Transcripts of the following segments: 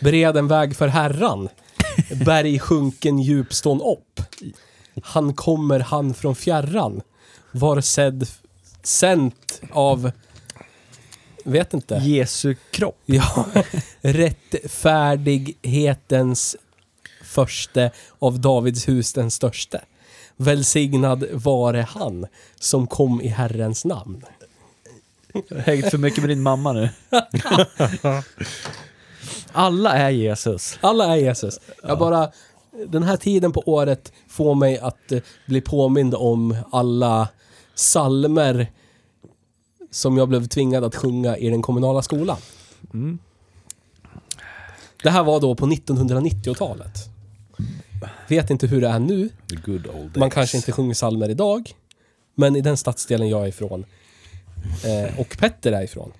Bered en väg för Herran. Berg sjunken djup stån upp. Han kommer han från fjärran. Var sedd, sänt av... Vet inte. Jesu kropp. Ja, rättfärdighetens förste av Davids hus den störste. Välsignad vare han som kom i Herrens namn. Jag har hängt för mycket med din mamma nu. Alla är Jesus. Alla är Jesus. Jag bara, den här tiden på året får mig att eh, bli påmind om alla salmer som jag blev tvingad att sjunga i den kommunala skolan. Mm. Det här var då på 1990-talet. Vet inte hur det är nu. The good old days. Man kanske inte sjunger salmer idag. Men i den stadsdelen jag är ifrån eh, och Petter är ifrån.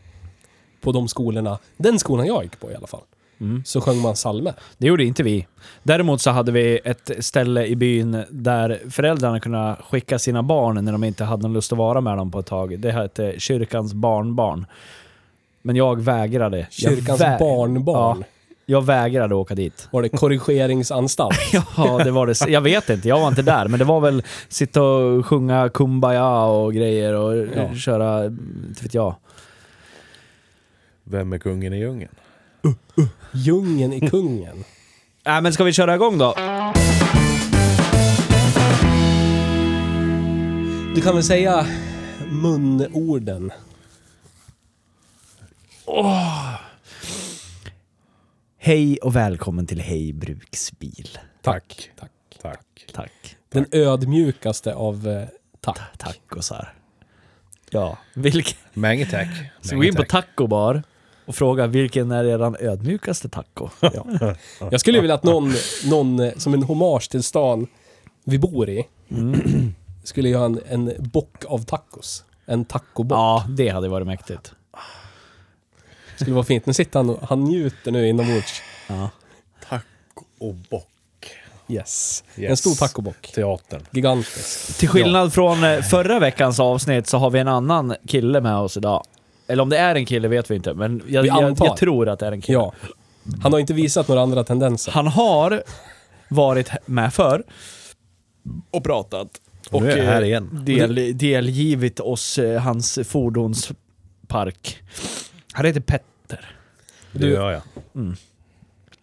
På de skolorna, den skolan jag gick på i alla fall. Mm. Så sjöng man salmer. Det gjorde inte vi. Däremot så hade vi ett ställe i byn där föräldrarna kunde skicka sina barn när de inte hade någon lust att vara med dem på ett tag. Det hette Kyrkans barnbarn. Men jag vägrade. jag Kyrkans vä- barnbarn. Ja, jag vägrade åka dit. Var det korrigeringsanstalt? Ja, det var det. Jag vet inte, jag var inte där. Men det var väl sitta och sjunga Kumbaya och grejer och Ja. köra, inte vet jag. Vem är kungen i djungeln? Djungeln i kungen. Nej, Äh, men ska vi köra igång då? Du kan väl säga munorden? Hej och välkommen till Hej Bruksbil. Tack. Tack. Tack. Tack. Den ödmjukaste av eh, tack. Tacosar. Ja, vilken... Mange tack. Så gå Mange in på tack. tacobar och fråga vilken är eran ödmjukaste taco? Ja. Jag skulle vilja att någon, någon eh, som en hommage till stan vi bor i, skulle göra en, en bock av tacos. En tacobock. Ja, det hade varit mäktigt. Skulle vara fint. Nu sitter han och han njuter nu inombords. Ja. Tack och bock. Yes. Yes. En stor tacobock. Teatern. Gigantisk. Till skillnad från eh, förra veckans avsnitt så har vi en annan kille med oss idag. Eller om det är en kille vet vi inte, men jag, Vi jag, antar. jag tror att det är en kille. Ja. Han har inte visat några andra tendenser. Han har varit med förr och pratat. Och nu är jag eh, här igen. Del, delgivit oss eh, hans fordonspark. Han heter Petter. Det Du- gör jag.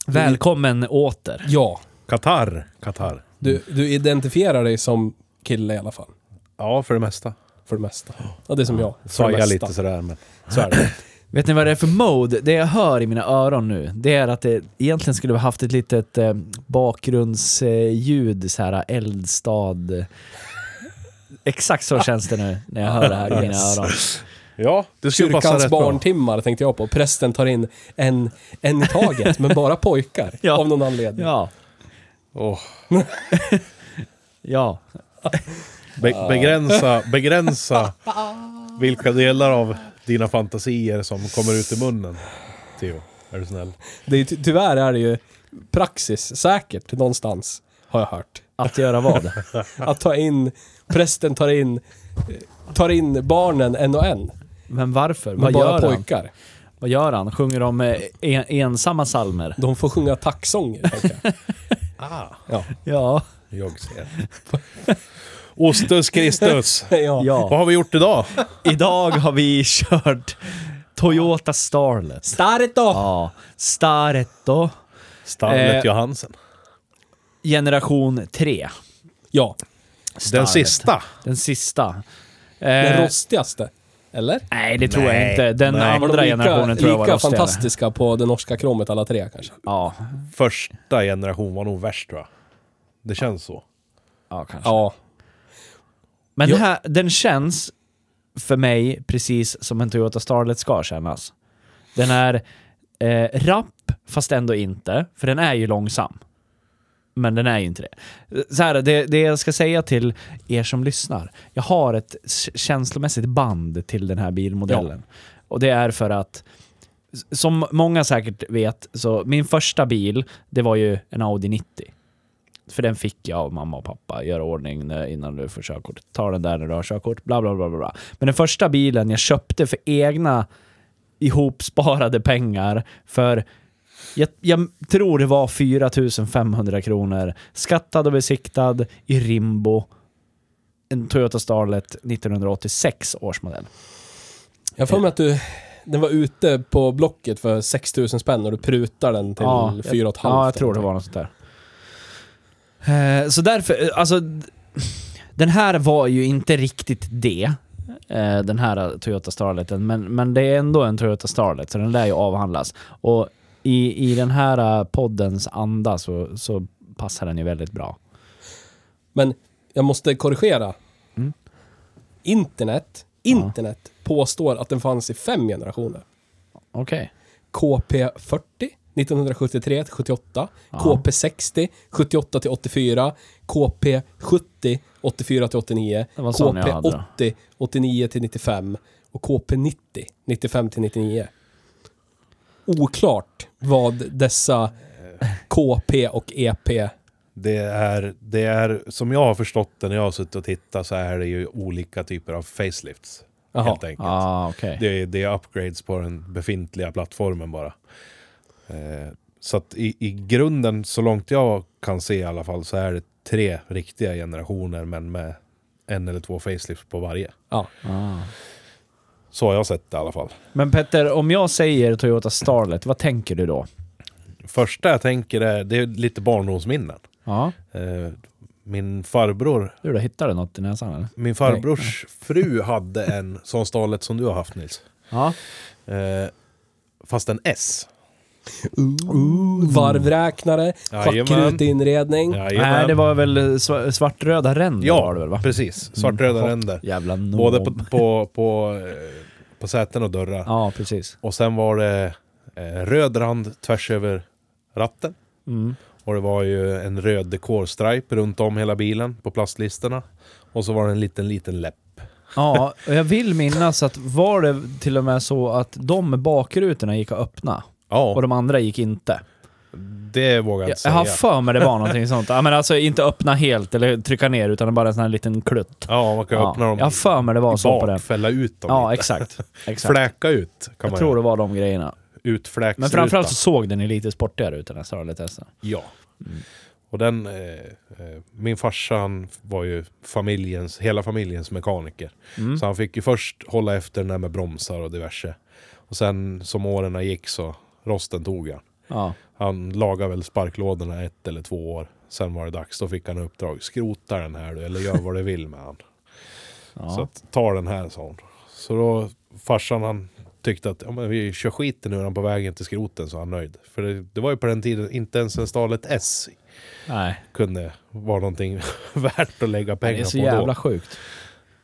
Välkommen åter. Ja. Qatar. Qatar. Du, du identifierar dig som kille i alla fall. Ja, för det mesta. För det mesta. Ja, det är som jag. För Sa det jag mesta. lite sådär, men... Så är det. Vet ni vad det är för mode? Det jag hör i mina öron nu, det är att det egentligen skulle ha haft ett litet eh, bakgrundsljud, så här eldstad. Exakt så känns det nu när jag hör det här i mina Yes. öron. Ja, det skulle passa Kyrkans rätt bra. barntimmar tänkte jag på. Prästen tar in en, en i taget, men bara pojkar. Ja. Av någon anledning. Ja, Åh. ja. Be- begränsa, begränsa vilka delar av dina fantasier som kommer ut i munnen. Theo, är du snäll? Det är, ty- tyvärr är det ju praxis, säkert någonstans, har jag hört. Att göra vad? Att ta in, prästen tar in, eh, tar in barnen en och en. Men varför? Men Vad bara gör, han? pojkar. vad gör han? Sjunger de eh, en, ensamma salmer? De får sjunga tacksånger, tänker jag. Ah, Ja. Ja, jag ser. Ostus Kristus. ja. Vad ja. har vi gjort idag? Idag har vi kört Toyota Starlet. Starkt då! Ja, Staretto. Stallet Eh, Johansen. Generation 3. Ja, Den sista. Den sista. den Eh, rostigaste. Eller? Nej, det tror jag Nej. inte. Den Nej. Var andra de generationen tror jag var Lika rostigare. fantastiska på det norska kromet alla tre kanske. Ja, Första generation var nog värst tror jag. Det känns så. ja kanske. Ja. Men Jo. den, här, den känns för mig precis som en Toyota Starlet ska kännas. Den är eh, rapp, fast ändå inte, för den är ju långsam. Men den är ju inte det. Så här, det, det jag ska säga till er som lyssnar. Jag har ett s- känslomässigt band till den här bilmodellen. Och det är för att, s- som många säkert vet, så min första bil, det var ju en Audi 90. För den fick jag av mamma och pappa. Gör ordning när- innan du får körkort. Ta den där när du har körkort. Bla, bla, bla, bla, bla. Men den första bilen jag köpte för egna ihopsparade pengar för jag, jag tror det var 4 500 kronor. Skattad och besiktad i Rimbo. En Toyota Starlet 1986 års modell. Jag har för mig att du, den var ute på Blocket för 6000 spänn och du prutar den till Ja, 4 jag- 4,5. Ja, jag typ. tror det var något sånt där. Eh, Så därför, eh, alltså... d- Den här var ju inte riktigt det. eh, Den här Toyota Starleten, men, men det är ändå en Toyota Starlet, så den lär ju avhandlas. Och i, i den här eh, poddens anda så, så passar den ju väldigt bra. Men jag måste korrigera. Mm. Internet, internet påstår att den fanns i fem generationer. Okej. KP40 1973 till 78, Ja. KP60 78 till 84, KP70 84 till 89, Det var sån jag hade då. KP80 89 till 95 och KP90 95 till 99. Oklart vad dessa KP och E EP... Det är, det är, som jag har förstått det när jag har suttit och tittat så är det ju olika typer av facelifts. Jaha. Helt enkelt. Ah, okej. Det, är- det är upgrades på den befintliga plattformen bara. Eh, så att i, i grunden, så långt jag kan se i alla fall, så är det tre riktiga generationer men med en eller två facelifts på varje. Ja. Ah. Så har jag sett det i alla fall. Men Petter, om jag säger Toyota Starlet, vad tänker du då? Första jag tänker är, det är lite barndomsminnen. Ja. Eh, min farbror, Du då, hittade du något i näsan eller? min farbrors fru hade en sån stalet som du har haft Nils. Ja. Eh, fast en S. Varvräknare, Jajamän. vacker utinredning. Nej, det var väl sva- svartröda ränder var Ja, det väl va? precis. Svartröda Mm. ränder. Jävla nom. Både på, på, på, eh, på säten och dörrar. Ja, precis. Och sen var det eh, röd rand tvärs över ratten. Mm. Och det var ju en röd dekorstripe runt om hela bilen på plastlisterna. Och så var det en liten, liten läpp. Ja, och jag vill minnas att var det till och med så att de bakrutorna gick att öppna och Ja, de andra gick inte. det vågar Jag jag inte jag säga. har för mig det var någonting sånt. Ja, men alltså inte öppna helt eller trycka ner utan bara en sån här liten klutt. Ja, man kan Ja, öppna dem jag har för mig det var så på bak, den. fälla ut dem Ja, lite. exakt. exakt. Fläka ut kan Jag man tror göra. det var de grejerna. Utfläksruta. Men framförallt så såg den ju lite sportigare ut den här Starlet S. Ja. Och den, eh, eh, min farsa han var ju familjens, hela familjens mekaniker. Mm. Så han fick ju först hålla efter den där med bromsar och diverse. Och sen som åren gick så rosten tog han. Ja. Han lagade väl sparklådorna ett eller två år. Sen var det dags, då fick han i uppdrag. Skrota den här du, eller gör vad du vill med han. Ja. Så att, ta den här, sa hon. Så då, farsan han tyckte att ja, men vi kör skiten nu när han på vägen till skroten, så han nöjd. För det, det var ju på den tiden inte ens en stalet S Nej, kunde vara någonting värt att lägga det pengar är så på jävla sjukt.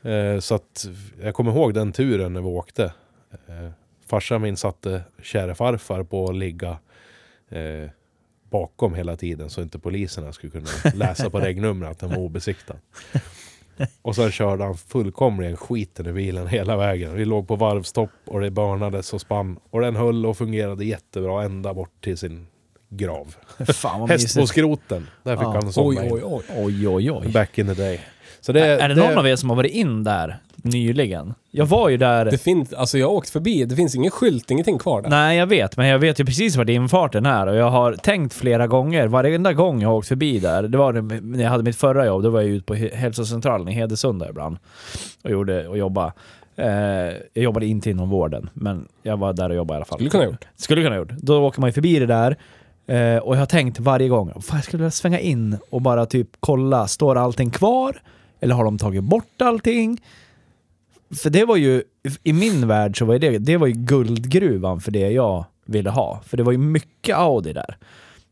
då. Eh, så att jag kommer ihåg den turen när vi åkte. Eh, farsan min satte käre farfar på att ligga eh, bakom hela tiden så inte poliserna skulle kunna läsa på regnumren att den var obesiktad. Och sen körde han fullkomligen skiten i bilen hela vägen. Vi låg på varvstopp och det börnades och spann. Och den höll och fungerade jättebra ända bort till sin grav. Fan vad Häst på mysigt. skroten. Där fick Ja. han en sån Oj, mail. oj, oj. Oj, oj, oj. Back in the day. Så det, är det någon av er som har varit in där nyligen? Jag var ju där... Det finns, alltså jag har åkt förbi, det finns ingen skylt, ingenting kvar där. Nej, jag vet, men jag vet ju precis var infarten är och jag har tänkt flera gånger, varenda gång jag har åkt förbi där, det var det- när jag hade mitt förra jobb, då var jag ute på hä- hälsocentralen i Hedesunda ibland och gjorde och jobbade. Eh, jag jobbade inte inom vården, men jag var där och jobbade i alla fall. Skulle kunna ha gjort. Skulle kunna ha gjort. Då åker man ju förbi det där eh, och jag har tänkt varje gång, fan jag skulle vilja svänga in och bara typ kolla, står allting kvar? Eller har de tagit bort allting? För det var ju i min värld så var ju det, det var ju guldgruvan för det jag ville ha. För det var ju mycket Audi där.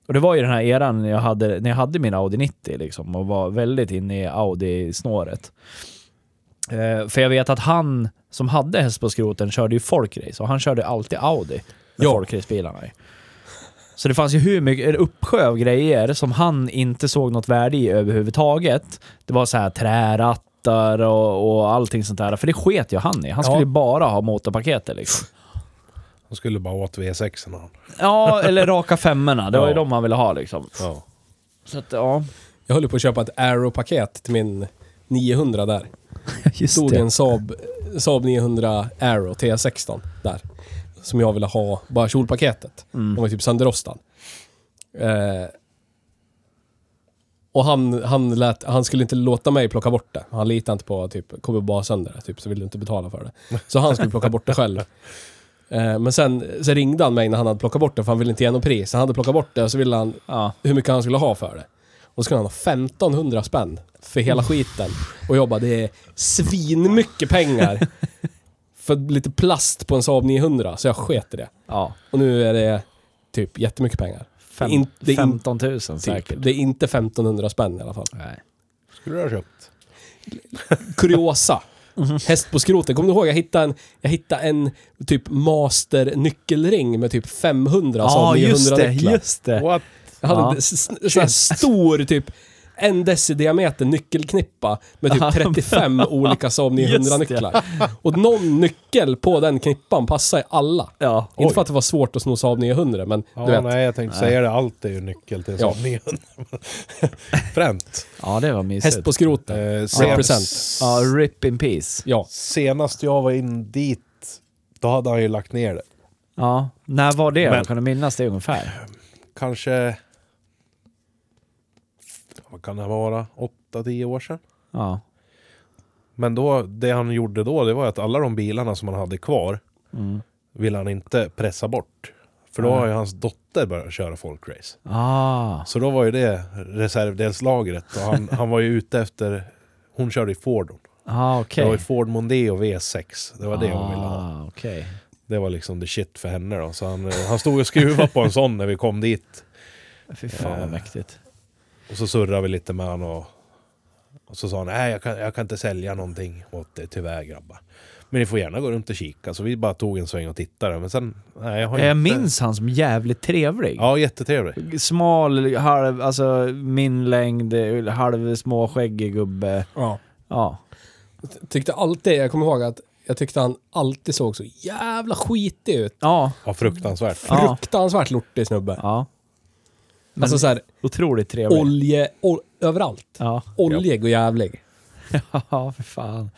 Och det var ju den här eran när jag hade, när jag hade min Audi 90 liksom och var väldigt inne i Audi-snåret. Eh, för jag vet att han som hade häst på skroten körde ju folkrace och han körde alltid Audi med Ja. folkracebilarna i. Så det fanns ju hur mycket, en uppsjö av grejer som han inte såg något värde i överhuvudtaget. Det var så här trärattar och, och allting sånt där. För det sket ju han i. Han skulle Ja. ju bara ha motorpaketet liksom. Han skulle bara åt V6 an han. Ja, eller raka femmorna. Det var ju Ja. de han ville ha liksom. Ja. Så att, ja. Jag höll på att köpa ett Aero-paket till min 900 där. Just stod det en Saab, Saab 900 Aero T16 där. Som jag ville ha, bara kjolpaketet. Den var typ sönderrostad. Eh, och han, han, lät, han skulle inte låta mig plocka bort det. Han litade inte på typ, kommer bara sönder det, typ, så vill du inte betala för det. Så han skulle plocka bort det själv. Eh, men sen så ringde han mig när han hade plockat bort det, för han ville inte ge något pris. Han hade plockat bort det och så ville han Ja. hur mycket han skulle ha för det. Och så skulle han ha 1500 spänn för hela skiten. Och jag bara, det är svinmycket pengar för lite plast på en Saab 900, så jag sket i det. ja. Och nu är det typ jättemycket pengar. Fem, Det är in- det är in- 15 000 säkert. Typ. Det är inte 1500 spänn i alla fall. Nej. Skulle du ha köpt? Kuriosa. Häst på skroten. Kommer du ihåg? Jag hittade en, jag hittade en typ master nyckelring med typ 500 Saab 900 just det. nycklar. Just det. What? Jag hade Ja. en s- s- sån här stor typ en decidiameter nyckelknippa med Ja, typ 35 olika Saab 900 Just det. nycklar. Och någon nyckel på den knippan passar i alla. Ja. Inte för att det var svårt att sno Saab 900 men Ja, du vet. nej, jag tänkte säga det. Allt är ju nyckel till en Ja. Saab 900. Fränt. ja, det var mysigt. Häst på skroten. Eh, Represent. Ja, rip in peace. Ja. Senast jag var in dit, då hade han ju lagt ner det. Ja. När var det? Men- Jag kan du minnas det ungefär? Kanske... Vad kan det vara? 8-10 år sedan? Ja. Men då, det han gjorde då, det var att alla de bilarna som han hade kvar Mm. ville han inte pressa bort. För då har ju hans dotter börjat köra folkrace. Ah. Så då var ju det reservdelslagret. Och han, han var ju ute efter... Hon körde i Fordon. Ah, Det okej. var ju Ford Mondeo V6. Det var det hon ville ha. Ah, okej. Det var liksom the shit för henne då. Så han, eh, han stod och skruvade på en sån när vi kom dit. Fy fan Eh, vad mäktigt. Och så surrade vi lite med honom. Och, och så sa han, nej jag kan, jag kan inte sälja någonting åt det tyvärr grabbar. Men ni får gärna gå runt och kika. Så vi bara tog en sväng och tittade. Men sen, nej jag har Jag inte... Eh, minns han som jävligt trevlig. Ja, jättetrevlig. Smal, halv, alltså min längd, halv småskäggig gubbe. ja. Ja. Tyckte alltid, jag kommer ihåg att jag tyckte han alltid såg så jävla skitig ut. Ja. Ja, fruktansvärt. Ja. Fruktansvärt lortig snubbe. ja. Men Alltså såhär, otroligt trevlig. olje, ol, överallt. ja. Oljig och jävlig. ja, för fan.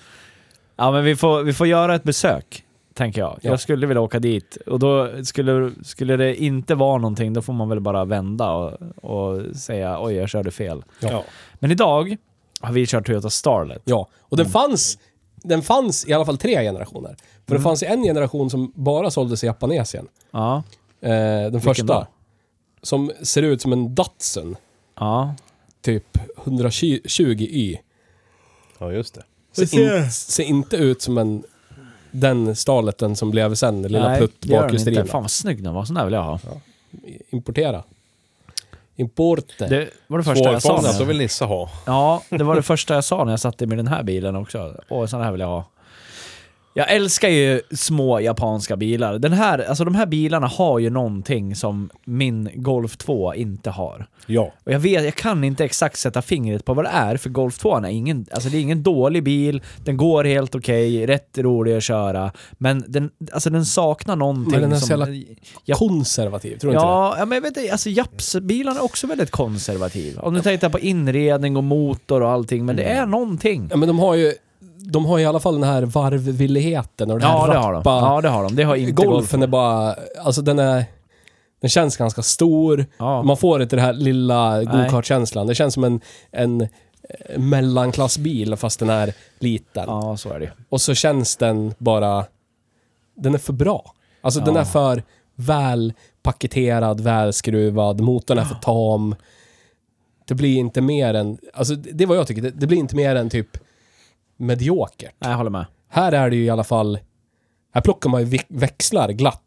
Ja, men vi får, vi får göra ett besök, tänker jag. Ja. Jag skulle vilja åka dit och då skulle, skulle det inte vara någonting, då får man väl bara vända och, och säga oj, jag körde fel. Ja. Men idag har vi kört Toyota Starlet. Ja, och Mm. den fanns, den fanns i alla fall tre generationer. För det Mm. fanns ju en generation som bara såldes i Japanesien. Ja. Eh, den första. då? Som ser ut som en Datsun. Ja. Typ 120Y. ja, just det. Ser, in, ser inte ut som en, den starleten som blev sen, den lilla Nej, plutt det gör den inte. bakhjulsdrivna. Fan vad snygg den var, sån där vill jag ha. Importera. Importe. Det var det första jag sa. Svårfångat, när så jag- vill Nissa ha. Ja, det var det första jag sa när jag satte mig i den här bilen också. Åh, sån här vill jag ha. Jag älskar ju små japanska bilar. Den här, alltså de här bilarna har ju någonting som min Golf 2 inte har. Ja. Och jag vet, jag kan inte exakt sätta fingret på vad det är, för Golf 2 är ingen, alltså det är ingen dålig bil, den går helt okej, rätt rolig att köra, men den, alltså den saknar någonting Men den är så som... jävla Ja, Konservativ, tror du inte ja, ja, men jag vet inte, alltså Japs-bilarna är också väldigt konservativa. Om du tittar på inredning och motor och allting, men det är någonting. det? Ja, men de har ju, de har ju i alla fall den här varvvilligheten och den här Ja, det har de. rappa... Ja, det har de. Det har inte Golfen är bara, alltså den är, den känns ganska stor. Ja. Man får inte den här lilla go-kart-känslan. Det känns som en, en eh, mellanklassbil fast den är liten. Ja, så är det. Och så känns den bara, den är för bra. Alltså den är för väl paketerad, välskruvad, motorn är för tam. Det blir inte mer än, alltså det det är vad jag tycker, det, det blir inte mer än typ mediokert. Nej, Jag håller med. Här är det ju i alla fall Här plockar man ju vi- växlar glatt.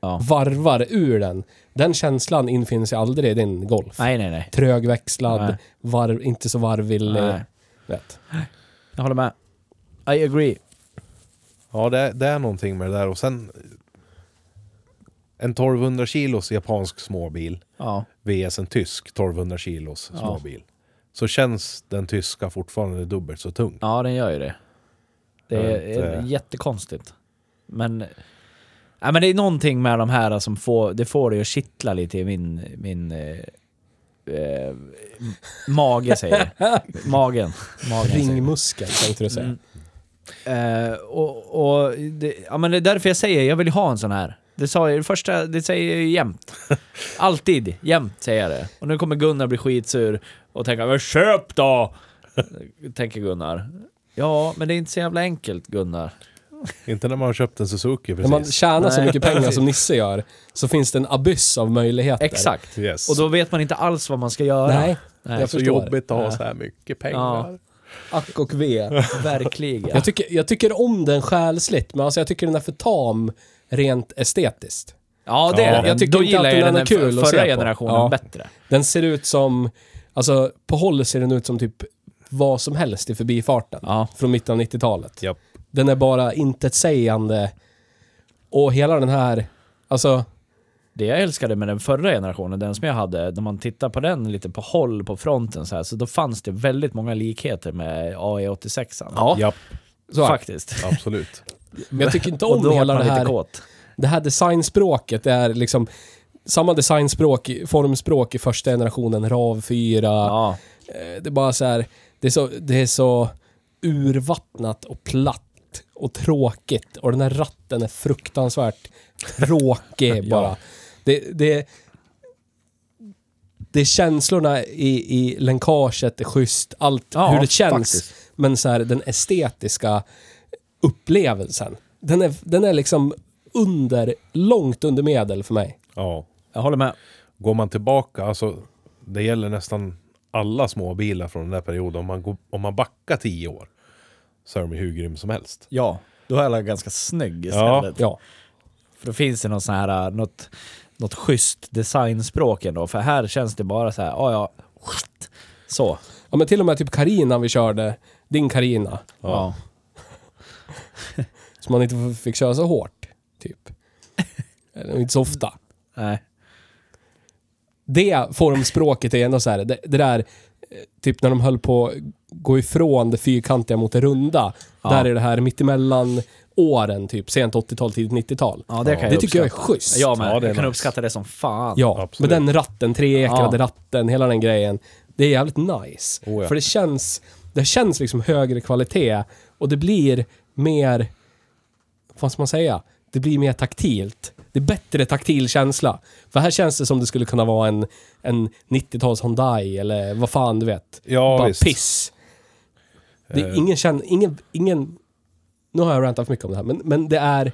Ja. Varvar ur den. Den känslan infinner sig aldrig i din golf. Nej, nej, nej. Trögväxlad, Nej. varv, inte så varvvill. eh, nej. Vet. Jag håller med. I agree. Ja, det är, det är någonting med det där. Och sen... En 1200 kilos japansk småbil Ja. vs en tysk 1200 kilos Ja. småbil. Så känns den tyska fortfarande dubbelt så tung. ja, den gör ju det. Det Jag är, vet inte. är jättekonstigt. Men, ja, men det är någonting med de här som får det, får det att kittla lite i min, min eh, eh, mage, säger jag. Magen. Magen säger jag. Ringmuskeln tänkte du säga. Mm. Eh, och, och det, ja, men det är därför jag säger jag vill ha en sån här. Det sa jag det första, det säger jag ju jämt. Alltid, jämt säger jag det. Och nu kommer Gunnar bli skitsur och tänka "Men köp då!” Tänker Gunnar. Ja, men det är inte så jävla enkelt Gunnar. Inte när man har köpt en Suzuki När precis. man tjänar så Nej, mycket pengar precis. som Nisse gör så finns det en abyss av möjligheter. Exakt. Yes. Och då vet man inte alls vad man ska göra. Nej, Nej. jag så förstår. jobbigt att ha så här mycket pengar. Ack och ve. Verkligen. Jag tycker, jag tycker om den själsligt, men alltså jag tycker den är för tam rent estetiskt. ja, det Ja. är Jag jag tyckte Då inte gillar att den jag är den kul att kul se förra på. generationen Ja. bättre. Den ser ut som, alltså på håll ser den ut som typ vad som helst i förbifarten. Ja. Från mitten av 90-talet. Japp. Den är bara intetsägande. Och hela den här, alltså, Det jag älskade med den förra generationen, den som jag hade, när man tittar på den lite på håll på fronten så här, så då fanns det väldigt många likheter med E AE86. Ja, Japp, så här. faktiskt. absolut. Men jag tycker inte Och om då hela var det man här lite kåt. det här designspråket det är liksom samma designspråk, formspråk i första generationen, RAV 4. Ja. Eh, Det är bara så här, det är så, det är så urvattnat och platt och tråkigt och den här ratten är fruktansvärt tråkig bara. Det, det, det är känslorna i, i länkaget är schysst, allt Ja, hur det känns. faktiskt. Men så här, den estetiska upplevelsen, den är, den är liksom under, långt under medel för mig. Ja. Jag håller med. Går man tillbaka, alltså det gäller nästan alla småbilar från den där perioden. Om man, går, om man backar tio år så är de ju hur grym som helst. Ja, då är alla ganska snygg istället. Ja. För då finns det något sån här, något, något schysst designspråk ändå. För här känns det bara så här, ja ja, skit. så. ja, men till och med typ Karina vi körde, din Karina. Ja. Så man inte fick köra så hårt, typ. Eller inte så ofta. Nej. Det formspråket är ändå så här, det, det där, eh, typ när de höll på att gå ifrån det fyrkantiga mot det runda. Ja. Där är det här mittemellan åren, typ sent 80-tal, tidigt 90-tal. Ja, det kan jag det tycker jag är uppskatta. schysst. Ja, men Ja, det är jag kan nice. uppskatta det som fan. Ja, Absolut. men den ratten, treekrade Ja. ratten, hela den grejen. Det är jävligt nice. Oh ja. För det känns, det känns liksom högre kvalitet och det blir mer, vad ska man säga? Det blir mer taktilt. Det är bättre taktil känsla. För här känns det som det skulle kunna vara en, en 90-tals Hyundai eller vad fan du vet. Ja, Bara visst. piss. Det Eh. är ingen känn... Ingen, ingen... Nu har jag rantat för mycket om det här, men, men det är...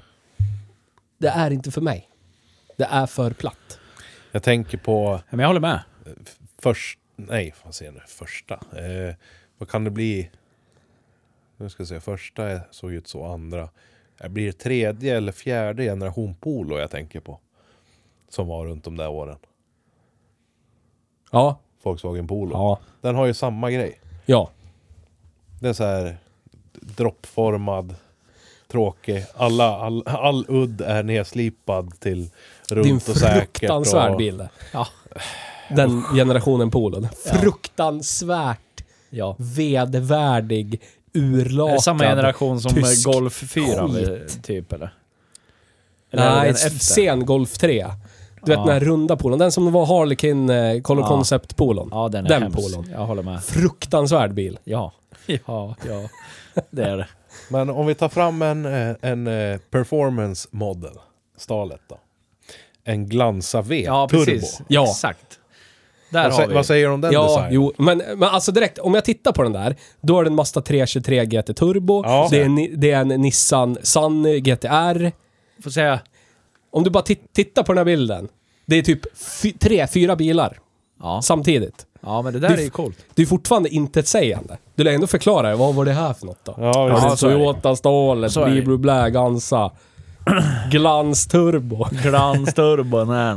Det är inte för mig. Det är för platt. Jag tänker på Men jag håller med. först... Nej, vad säger jag nu? Första. Eh, vad kan det bli? Nu ska jag se. Första är- såg ut så, andra. Det blir tredje eller fjärde generation Polo jag tänker på. Som var runt de där åren. Ja. Volkswagen Polo. Ja. Den har ju samma grej. Ja. Det är så här droppformad, tråkig. Alla, all, all udd är nedslipad till Det är en runt och säkert. fruktansvärd och- bild. Ja. Den generationen Polo. Den Fruktansvärt Ja. vedervärdig, Är det urlakad. samma generation som tysk Golf 4 skit. väl, typ eller? Eller är det Nej, den efter? sen Golf 3. Du vet Ja. den här runda polon. Den som var Harlequin eh, Color Ja. Concept-polon. Ja, den är Den hemsk. polon. Jag håller med. Fruktansvärd bil. Ja. Ja, ja. Det är det. Men om vi tar fram en, eh, en eh, performance model, stalet då. En Glanza V Ja, turbo. precis. Ja. Exakt. Där Vad, sä- har vi. vad säger du om den Ja, designen? jo, men, men alltså direkt, om jag tittar på den där, då är det en Mazda 323 GT Turbo, Ja. det, är en, det är en Nissan Sunny GTR. Får säga. Om du bara tit- tittar på den här bilden, det är typ fy, tre, fyra bilar Ja. samtidigt. ja, men det där Det- är ju coolt. Det är fortfarande intetsägande. Du lär ändå förklara vad var det här för något då? Ja, Ja, visst. det är Toyota, Stålet, Så är det. Bliblu Blä, Gansa. Glansturbo. Glansturbo, nej.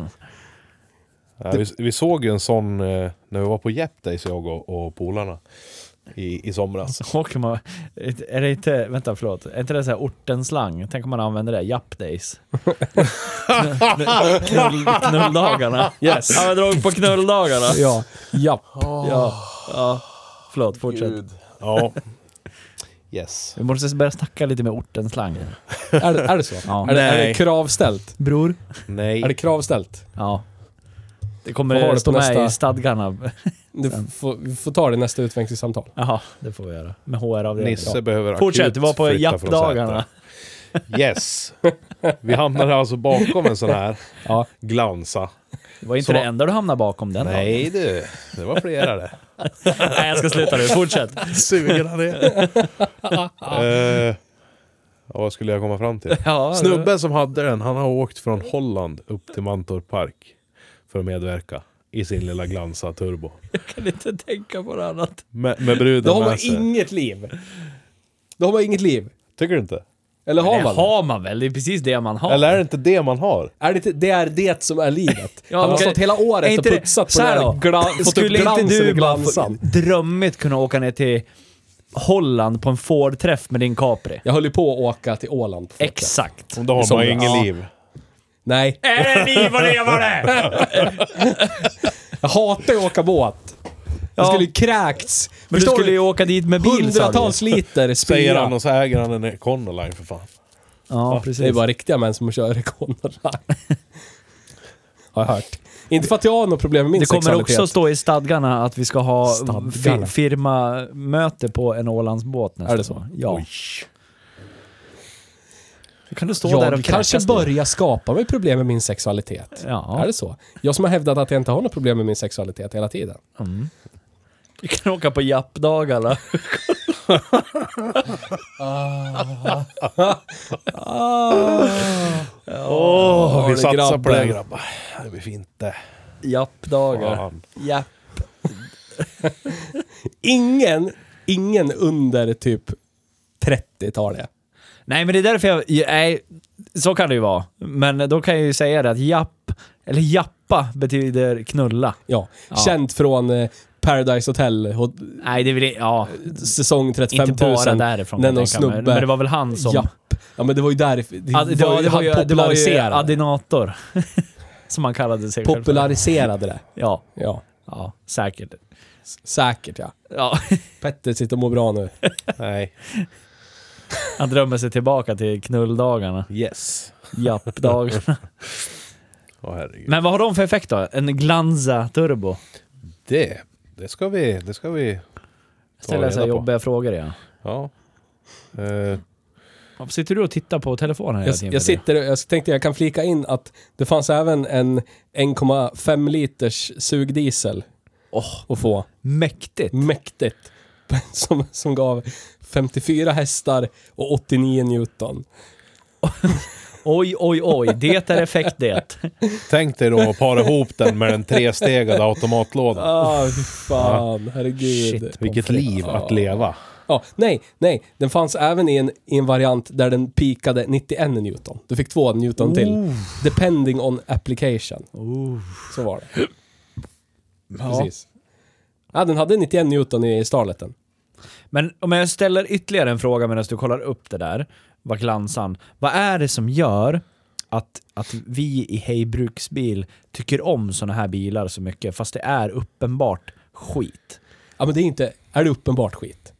Ja, vi, vi såg ju en sån eh, när vi var på Jep Days, jag och, och polarna. I, I somras. Så åker man... Är det inte... Vänta, förlåt. Är inte det så här ortenslang? Tänk om man använder det? Japp days. Knull, knulldagarna. Yes. Ja, men drog på knulldagarna. Ja. Japp. Ja. ja. Förlåt, fortsätt. Ja. Yes. Vi måste börja snacka lite med ortenslang. Är, det- är det så? Ja. Är, det, är det Nej. kravställt? Bror? Är det Nej. kravställt? Ja. Det Vad har kommer du stå på med nästa? i stadgarna. Du f- får, vi får ta det i nästa utvecklingssamtal. Jaha, det får vi göra. Med HR-avdelningen. Nisse behöver akut Fortsätt, det var på flytta från jappdagarna. Säter. Yes. Vi hamnade alltså bakom en sån här Ja. glansa. Det var inte Så- det enda du hamnade bakom den dagen. Nej du, det var flera det. Nej, jag ska sluta nu. Fortsätt. Sugen han är. Eh, ja, vad skulle jag komma fram till? Ja, Snubben som hade den, han har åkt från Holland upp till Mantorp Park för att medverka i sin lilla glansa turbo. Jag kan inte tänka på något annat. Med, med bruden Då har man med sig. inget liv. Då har man inget liv. Tycker du inte? Eller har Det man har man väl? Det är precis det man har. Eller är det inte det man har? Är det, inte- det är det som är livet. Ja, Han har men- stått hela Är året och inte det- putsat på så det här här då. glan- fått upp Skulle inte glansen i du bara glansan. få- drömmigt kunna åka ner till Holland på en Ford-träff med din Capri? Jag höll ju på att åka till Åland. på fötter. Exakt. Då har man ju somras. inget Ja. liv. Nej, Är det liv och levande? jag hatar ju att åka båt. Jag Ja. skulle ju kräkts. Men du Förstår skulle ju åka dit med bil sa du. Hundratals liter Säger han spira. och så äger han en Econoline för fan. Ja, Det är precis. bara riktiga män som kör Econoline. Har jag hört. Inte för att jag har något problem med min Det kommer sexualitet. också stå i stadgarna att vi ska ha Stadgarna. fi- firmamöte på en Ålandsbåt nästa Är det så? gång. Ja. Oj. Då Kan du stå där jag och kräkas kanske lite. börjar skapa mig problem med min sexualitet. Ja. Är det så? Jag som har hävdat att jag inte har något problem med min sexualitet hela tiden. Vi kan åka på jappdagarna. Åh, det vi satsar på det här grabbar. grabbar. Det blir fint det. Jappdagar. Fan. Japp. Ingen, ingen under typ 30 tar det. Nej, men det är därför jag... jag- Nej, så kan det ju vara. Men då kan jag ju säga det att japp, eller jappa betyder knulla. Ja. Ja. Känt från eh, Paradise Hotel, ho- Nej, det är väl... Ja, säsong 35 000. inte bara därifrån. när kan någon jag tänka mig. snubbe- Men det var väl han som... Japp. Ja men det var ju där det Ja, var, det, var, det, var ju, det var ju populariserade. adinator. som han kallade sig själv. populariserade det. Ja, Ja, ja, säkert. s- säkert ja. Ja, Petter sitter och mår bra nu. Nej. han drömmer sig tillbaka till knulldagarna. Yes. Jappdagarna. Åh herregud. Men vad har de för effekt då? En glanza turbo? Det, det ska vi... Det ska vi... Ställer reda sig på. jobbiga frågor igen. Ja. Eh, Varför Sitter du och tittar på telefonen hela Jag, tiden? jag sitter och- jag tänkte jag kan flika in att det fanns även en 1,5 liters sugdiesel Åh. att få. Mäktigt! Mäktigt. Som, som gav 54 hästar och 89 Newton. Oj, oj, oj, det är effekt det. tänk dig då att para ihop den med den trestegade automatlådan. Ah, fy fan. Herregud. Shit. Vilket liv att leva. Ja, nej, nej. Den fanns även i en, i en variant där den pikade 91 Newton. Du fick två Newton till. Depending on application. Så var det. Precis. Ja, den hade 91 Newton i Starleten. Men om jag ställer ytterligare en fråga medan du kollar upp det där, vad glansan. Vad är det som gör att, att vi i Hej Bruksbil tycker om såna här bilar så mycket, fast det är uppenbart skit? Ja, men det är inte... Är det uppenbart skit?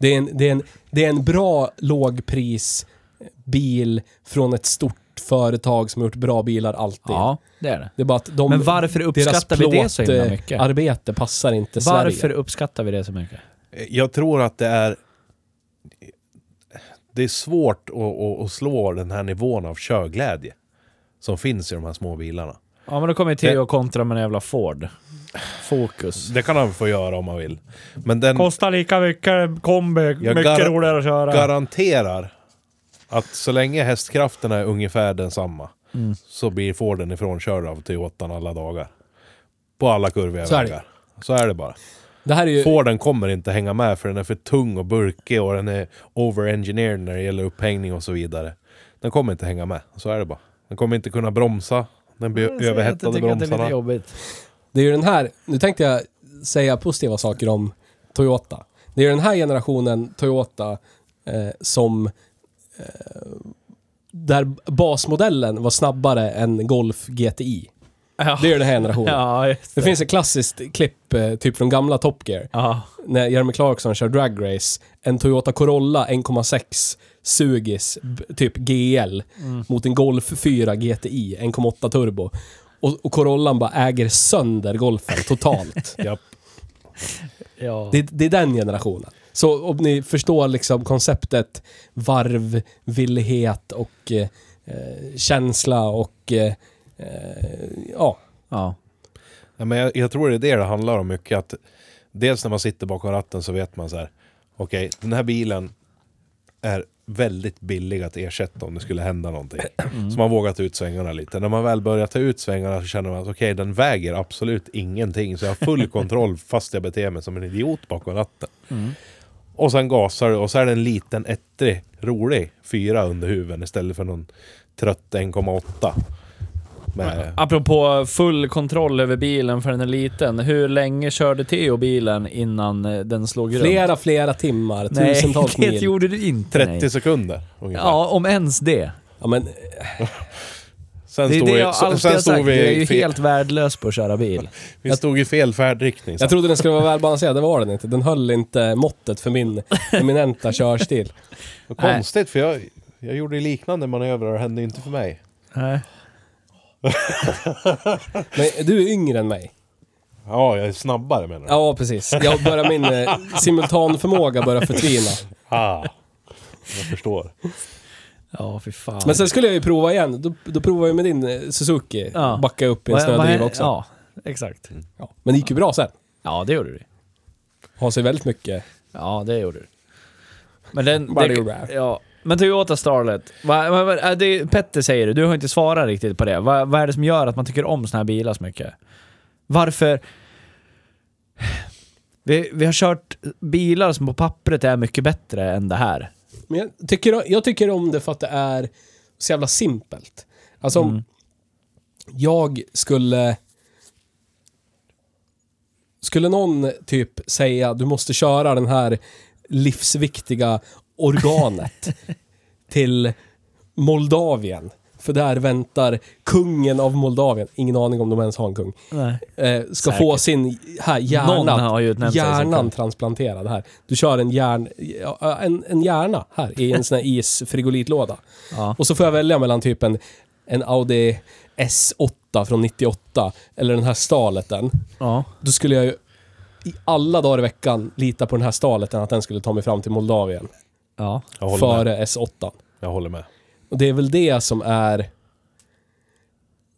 Det är en, det är en, det är en bra lågprisbil från ett stort företag som har gjort bra bilar alltid. Ja, det är det. Det är bara att de, Men varför uppskattar vi det så eh, himla mycket? arbete passar inte Varför Sverige. uppskattar vi det så mycket? Jag tror att det är... Det är svårt att, att, att slå den här nivån av körglädje som finns i de här små bilarna. Ja, men då kommer Theo Eh. och kontra med en jävla Ford. Fokus. Det kan han få göra om han vill. Men den Kostar lika mycket, kombi, Jag mycket gar- roligare att köra. garanterar att så länge hästkrafterna är ungefär densamma så blir Forden ifrånkörd av Toyotan alla dagar. På alla kurviga Så är det. vägar. Så är det bara. Det här är ju... Forden kommer inte hänga med för den är för tung och burkig och den är overengineered när det gäller upphängning och så vidare. Den kommer inte hänga med. Så är det bara. Den kommer inte kunna bromsa. Den blir överhettade Jag tycker att det är lite bromsarna. jobbigt. Det är ju den här, nu tänkte jag säga positiva saker om Toyota. Det är ju den här generationen Toyota eh, som... Eh, där basmodellen var snabbare än Golf GTI. Ja. Det är ju den här generationen. Ja, just Det det. finns ett klassiskt klipp, eh, typ från gamla Top Gear, Ja. när Jeremy Clarkson kör dragrace. En Toyota Corolla 1,6 Sugis, b- typ GL, mot en Golf 4 GTI 1,8 turbo. Och, och Corollan bara äger sönder golfen totalt. Japp. Ja. Det, det är den generationen. Så om ni förstår liksom konceptet varv, villighet och eh, eh, känsla och eh, eh, ja, ja. Ja, men jag, jag tror det är det det handlar om mycket. Att dels när man sitter bakom ratten så vet man så här. Okej, den här bilen är väldigt billig att ersätta om det skulle hända någonting. Så man vågar ta ut svängarna lite. När man väl börjar ta ut svängarna så känner man att okej, den väger absolut ingenting. Så jag har full kontroll fast jag beter mig som en idiot bakom ratten. Och sen gasar du och så är det en liten ettrig, rolig fyra under huven istället för någon trött 1,8. Med, Apropå full kontroll över bilen för den är liten. Hur länge körde Theo bilen innan eh, den slog runt? flera, flera timmar, Nej, tusentals det mil. gjorde du inte. 30 nej. sekunder ungefär. Ja, om ens det. Ja, men, Sen Det är stod, det vi- jag alltid sen har stod sagt. vi, Jag är ju i fel, helt värdelös på att köra bil. vi stod i fel färdriktning. jag trodde den skulle vara välbalanserad, det var den inte. Den höll inte måttet för min eminenta körstil. Vad Nej. konstigt, för jag, jag gjorde ju liknande manövrar och det hände ju inte för mig. Nej. Men du är yngre än mig. Ja, jag är snabbare menar du? Ja, precis. Jag börjar min eh, simultanförmåga börjar förtvina. Ah, jag förstår. Ja, fy fan. Men sen skulle jag ju prova igen. Då, då provade jag med din eh, Suzuki. Ja. Backa upp i en Vad- vad snödriva är- också. Ja, exakt. Ja. Men det gick ju bra sen. Ja, det gjorde du. Har sig väldigt mycket. Ja, det gjorde du. Men den... Bara det gjorde jag. ja. Men Toyota Starlet. Va, va, va, äh, det, Petter säger det, du har inte svarat riktigt på det. Va, vad är det som gör att man tycker om såna här bilar så mycket? Varför... Vi, vi har kört bilar som på pappret är mycket bättre än det här. Men jag tycker, jag tycker om det för att det är så jävla simpelt. Alltså, om jag skulle... Skulle någon typ säga du måste köra den här livsviktiga organet till Moldavien. För där väntar kungen av Moldavien, ingen aning om de ens har en kung, Nej. eh, ska Säkert. få sin här, Någon hjärna har ju utnämnt sig som hjärnan kung. transplanterad här. Du kör en, hjärn, ja, eh, en, en hjärna här i en sån här isfrigolitlåda. Ja. Och så får jag välja mellan typ en, en Audi S8 från 98 eller den här staleten. ja. Då skulle jag ju i alla dagar i veckan lita på den här staleten, att den skulle ta mig fram till Moldavien. Ja. Jag håller med. Före S8. Jag håller med. Och det är väl det som är...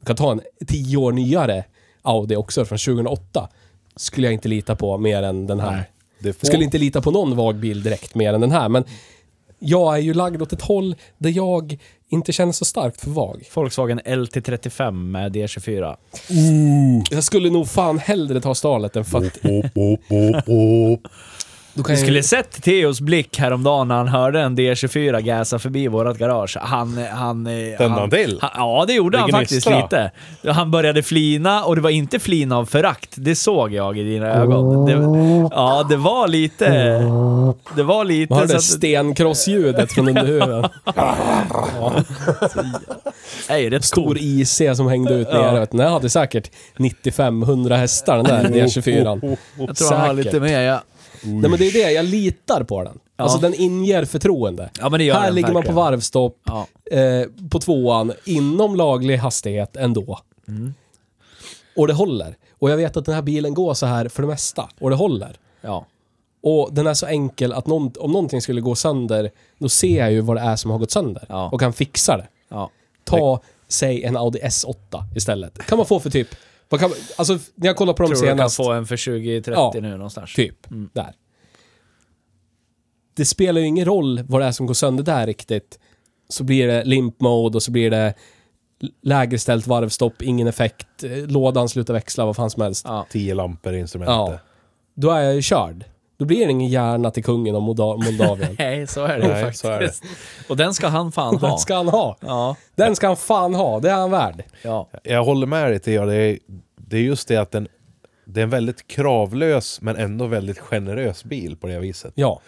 Du kan ta en tio år nyare Audi också från 2008. Skulle jag inte lita på mer än den här. Nej. Det får, Jag skulle inte lita på någon vag bild direkt mer än den här, men jag är ju lagd åt ett håll där jag inte känner så starkt för vag. Volkswagen LT35 med D24. Mm. Jag skulle nog fan hellre ta stalet än för att... Då kan Du skulle jag, sett Theos blick häromdagen när han hörde en D24 gasa förbi vårt garage. Han... han eh, Tände han till? Han, ja, det gjorde Det han faktiskt gnistra. lite. Han började flina och det var inte flin av förakt. Det såg jag i dina ögon. Det, ja, det var lite... Alltså, Det var man lite... hörde Så att, stenkross-ljudet från underhuven. nej, rätt Stor stor. IC som hängde ut Mm. Ja. nere. Den hade säkert 95-100 hästar den Oh, där D24. Oh, Jag tror han har Säkert. lite mer, ja. oh. Nej men det är det, jag litar på den. Alltså den inger förtroende. Ja, men det gör Här den ligger man på verkligen. varvstopp, ja. eh, på tvåan, inom laglig hastighet ändå. Mm. Och det håller. Och jag vet att den här bilen går så här för det mesta. Och det håller. ja. Och den är så enkel att någon, om någonting skulle gå sönder, då ser jag ju vad det är som har gått sönder. Ja. Och kan fixa det. Ja. Ta, säg en Audi S8 istället. Kan man få för typ, vad kan man, alltså när jag kollar på dem Tror du kan senast. få Mm. en för 20-30 Ja. nu någonstans? Typ. Där. Det spelar ju ingen roll vad det är som går sönder där riktigt. Så blir det limp mode och så blir det l- lägre ställt varvstopp, ingen effekt, oh. eh, lådan slutar växla, vad fan som helst. Ja. Tio lampor i instrumentet. Ja. Då är jag ju körd. Då Då blir det ingen hjärna till kungen av Molda- Moldavien. Nej, så är det Nej, faktiskt. så är det. Och den ska han fan ha. Den ska han ha. Ja, Den ska han fan ha, det är han värd. ja. Jag håller med dig Theo. Det är, det är just det att den, det är en väldigt kravlös men ändå väldigt generös bil på det viset. Ja.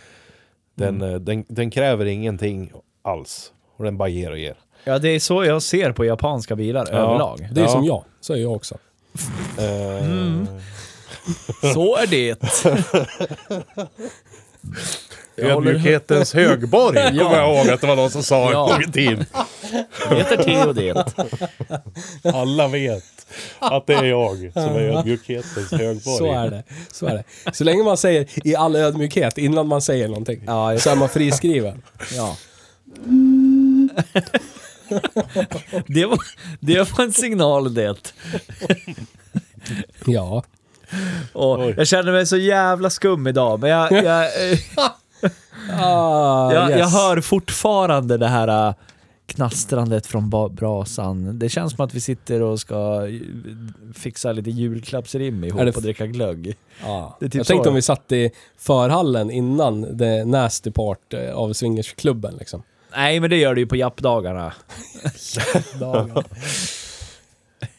Den, Mm. eh, den, den kräver ingenting alls. Och den bara ger och ger. ja, det är så jag ser på japanska bilar överlag. Det är Ja. som jag, så är jag också. Eh, Så är det. Jag håller- Ödmjukhetens högborg kommer jag ihåg att det var någon som sa Ja. en gång i tiden. Heter Theo det. Alla vet att det är jag som är ödmjukhetens högborg. Så är det. Så är det. Så länge man säger i all ödmjukhet innan man säger någonting Ja, just- så är man friskriven. Ja. Det var, det var en signal det. Ja. Och Oj. jag känner mig så jävla skum idag, men jag, jag, eh, Ah, jag, yes. jag hör fortfarande det här eh, knastrandet från ba- brasan. Det känns som att vi sitter och ska eh, fixa lite julklappsrim ihop Är det och f- dricka glögg. Ja. Det är typ Ah. jag så, tänkte ja. om vi satt i förhallen innan the nasty part eh, av swingersklubben liksom. Nej, men det gör det ju på jappdagarna.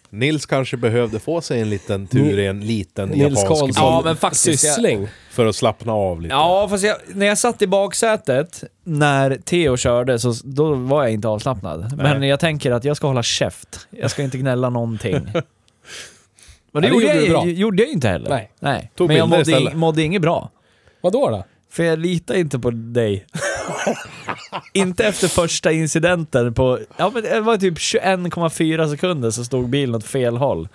Nils kanske behövde få sig en liten tur i en liten Nils japansk Karlsson, Ja, bil men faktiskt, jag- syssling. för att slappna av lite. typ. Ja, fast jag, när jag satt i baksätet när Theo körde, så, då var jag inte avslappnad. Men jag tänker att jag ska hålla käft. Jag ska inte gnälla någonting. Men det, Ja, det gjorde, gjorde jag, du ju- bra. gjorde jag ju inte heller. Nej. Tog Men jag bilder mådde, istället. mådde inget bra. Vadå då? För jag litar inte på dig. inte efter första incidenten på... Ja, men det var typ 21,4 sekunder så stod bilen åt fel håll.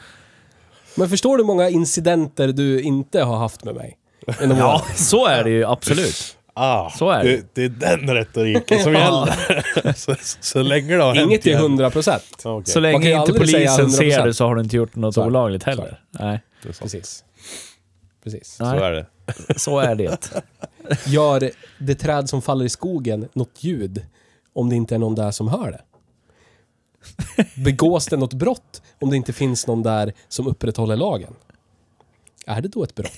Men förstår du hur många incidenter du inte har haft med mig? Genom Ja, åren? så är det ju absolut. Ah, Så är det. det. Det är den retoriken som gäller. så, så länge det har hänt Inget till igen. hundra procent. Okej. Så Man kan ju länge inte aldrig säga polisen ser 100%. det så har du inte gjort något Så är det. olagligt Så är heller. Nej. Precis. Precis. Så Nej, är det. så är det. Gör det träd som faller i skogen något ljud om det inte är någon där som hör det? Begås det något brott om det inte finns någon där som upprätthåller lagen? Är det då ett brott?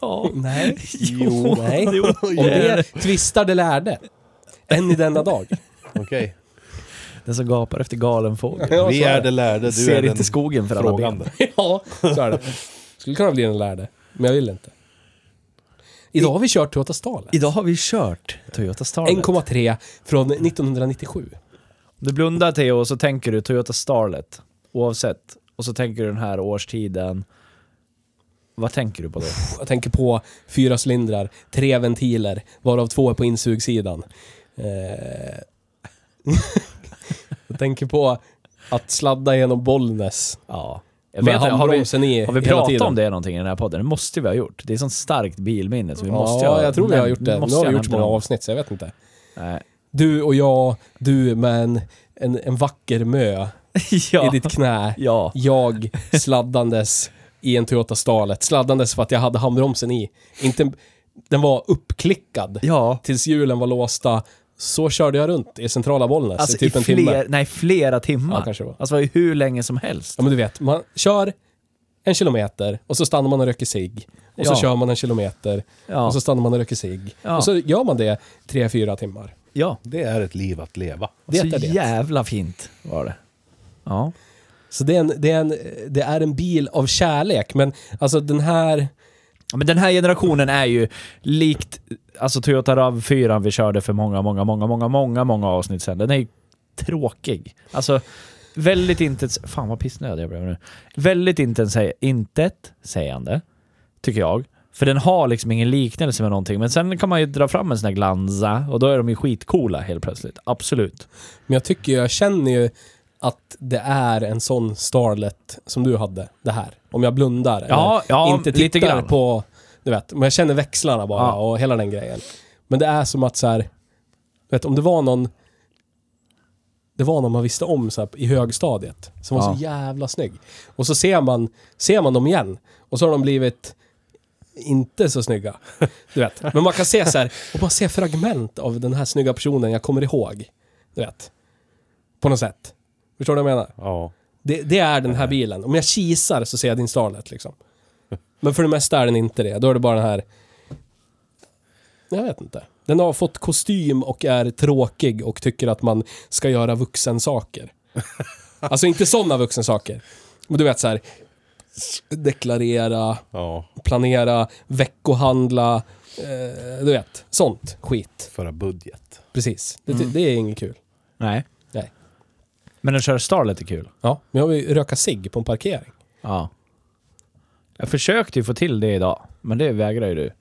Ja. Nej. Jo. Nej. Jo, Om det tvistar det lärde. Än i denna dag. Okej. Den som gapar efter galen fågel. Ja, Vi så är det lärde, du Ser är inte den skogen för alla ben. frågande. Ja, så är det. Skulle kunna bli en lärde, men jag vill inte. Idag har vi kört Toyota Starlet. Idag har vi kört Toyota Starlet. 1,3 från 1997. Du blundar Theo och så tänker du Toyota Starlet. Oavsett. Och så tänker du den här årstiden. Vad tänker du på då? Jag tänker på fyra cylindrar, tre ventiler, varav två är på insugssidan. Eh, jag tänker på att sladda genom Bollnäs Ja. Jag med vet, inte, har, vi, handbromsen i har vi hela pratat tiden. om det någonting i den här podden? Det måste vi ha gjort. Det är sånt starkt bilminne så vi måste Ja, ha- jag tror vi har näm- gjort det. Nu måste har vi jag gjort nämna många dem. avsnitt, så jag vet inte. Nej. Du och jag, du med en, en, en vacker mö i ja. ditt knä. ja. jag sladdandes i en Toyota Starlet. Sladdandes för att jag hade handbromsen i. Inte, den var uppklickad Ja. tills hjulen var låsta. Så körde jag runt i centrala Bollnäs Alltså i typ i en fler, timme. Nej, flera timmar. Ja, kanske det var. Alltså det var ju hur länge som helst. Ja, men du vet, man kör en kilometer och så stannar man och röker cigg. Och så Ja. kör man en kilometer Ja. och så stannar man och röker cigg. Ja. Och så gör man det tre, fyra timmar. Ja. Det är ett liv att leva. Det så är det. jävla fint var det. Ja. Så det är, en, det, är en, det är en bil av kärlek, men alltså den här... Ja, Men den här generationen är ju likt alltså Toyota RAV4 vi körde för många, många, många, många, många, många avsnitt sedan. Den är ju tråkig. Alltså väldigt intet... Fan vad pissnödig jag blev nu. Väldigt intet, intet sägande, tycker jag. För den har liksom ingen liknelse med någonting. Men sen kan man ju dra fram en sån här glanza och då är de ju skitcoola helt plötsligt. Absolut. Men jag tycker, jag känner ju att det är en sån starlet som du hade, det här. Om jag blundar. Ja, eller ja, inte tittar lite grann. på, du vet, om jag känner växlarna bara Ja. och hela den grejen. Men det är som att så här, du vet, om det var någon, det var någon man visste om så här, i högstadiet, som var Ja. så jävla snygg. Och så ser man, ser man dem igen, och så har de blivit inte så snygga. Du vet. Men man kan se så här, och man ser fragment av den här snygga personen jag kommer ihåg. Du vet. På något sätt. Förstår du vad jag menar? Ja. Det, det är den här bilen. Om jag kisar så ser jag din Starlet liksom. Men för det mesta är den inte det. Då är det bara den här Jag vet inte. Den har fått kostym och är tråkig och tycker att man ska göra vuxensaker. alltså inte sådana vuxensaker. Men du vet så här. Deklarera, Ja, planera, veckohandla. Eh, du vet, sånt skit. föra budget. Precis. Det, det är inget kul. Nej. Nej. Men den kör Starlet är kul. Ja, men jag vill ju röka cigg på en parkering. Ja. Jag försökte ju få till det idag, men det vägrar ju du.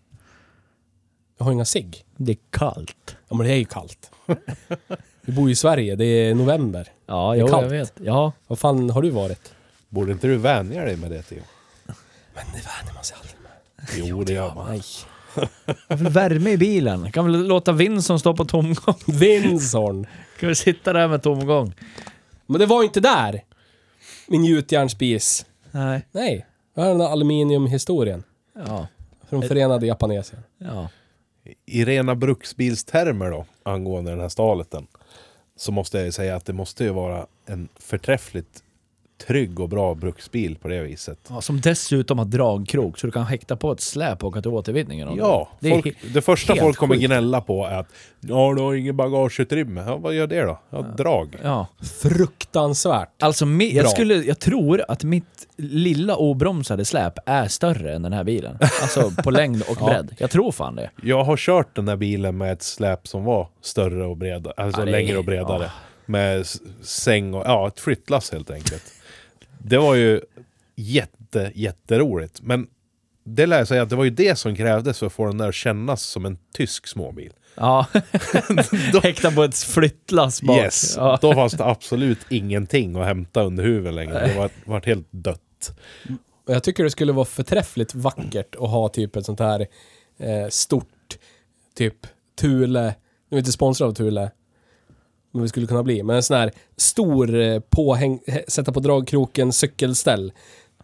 Jag har inga cigg. Det är kallt. Ja, men det är ju kallt. Vi bor ju i Sverige, det är november. Ja, Det är jo, kallt. jag vet. Ja. Vad fan har du varit? Borde inte du vänja dig med det, Theo? Men det vänjer man sig aldrig med. Jo, det gör man. Nej. Jag vill värme i bilen. Jag kan väl låta Vinson stå på tomgång. Vinsorn. Kan vi sitta där med tomgång? Men det var ju inte där! Min gjutjärnsspis. Nej. Nej. Det här är den där aluminiumhistorien. Ja. Från Förenade Japanesien. Ja. I rena bruksbilstermer då, angående den här staleten, så måste jag ju säga att det måste ju vara en förträffligt trygg och bra bruksbil på det viset. ja. Som dessutom har dragkrok, så du kan häkta på ett släp och åka till återvinningen. om Ja, du vill. det är folk, det första helt folk kommer sjukt. gnälla på är att ja, du har ingen bagageutrymme. Ja, vad gör det då? Ja, drag. Ja. Fruktansvärt. Alltså, mi- Bra. jag, skulle, jag tror att mitt lilla obromsade släp är större än den här bilen. Alltså på längd och bredd. Jag tror fan det. Jag har kört den där bilen med ett släp som var större och bredare, alltså Ja, det är- längre och bredare. ja. Med s- säng och, ja, ett flyttlass helt enkelt. Det var ju jätte, jätteroligt. Men det lär jag säga att det var ju det som krävdes för att få den där att kännas som en tysk småbil. Ja. Då, Häkta på ett flyttlass bak. yes, Ja. då fanns det absolut ingenting att hämta under huven längre. Det var, var helt dött. Och Jag tycker det skulle vara förträffligt vackert att ha typ ett sånt här eh, stort, typ Thule. Nu är vi inte sponsrade av Thule. Men vi skulle kunna bli. Men en sån här stor eh, påhäng, hä- sätta på dragkroken cykelställ.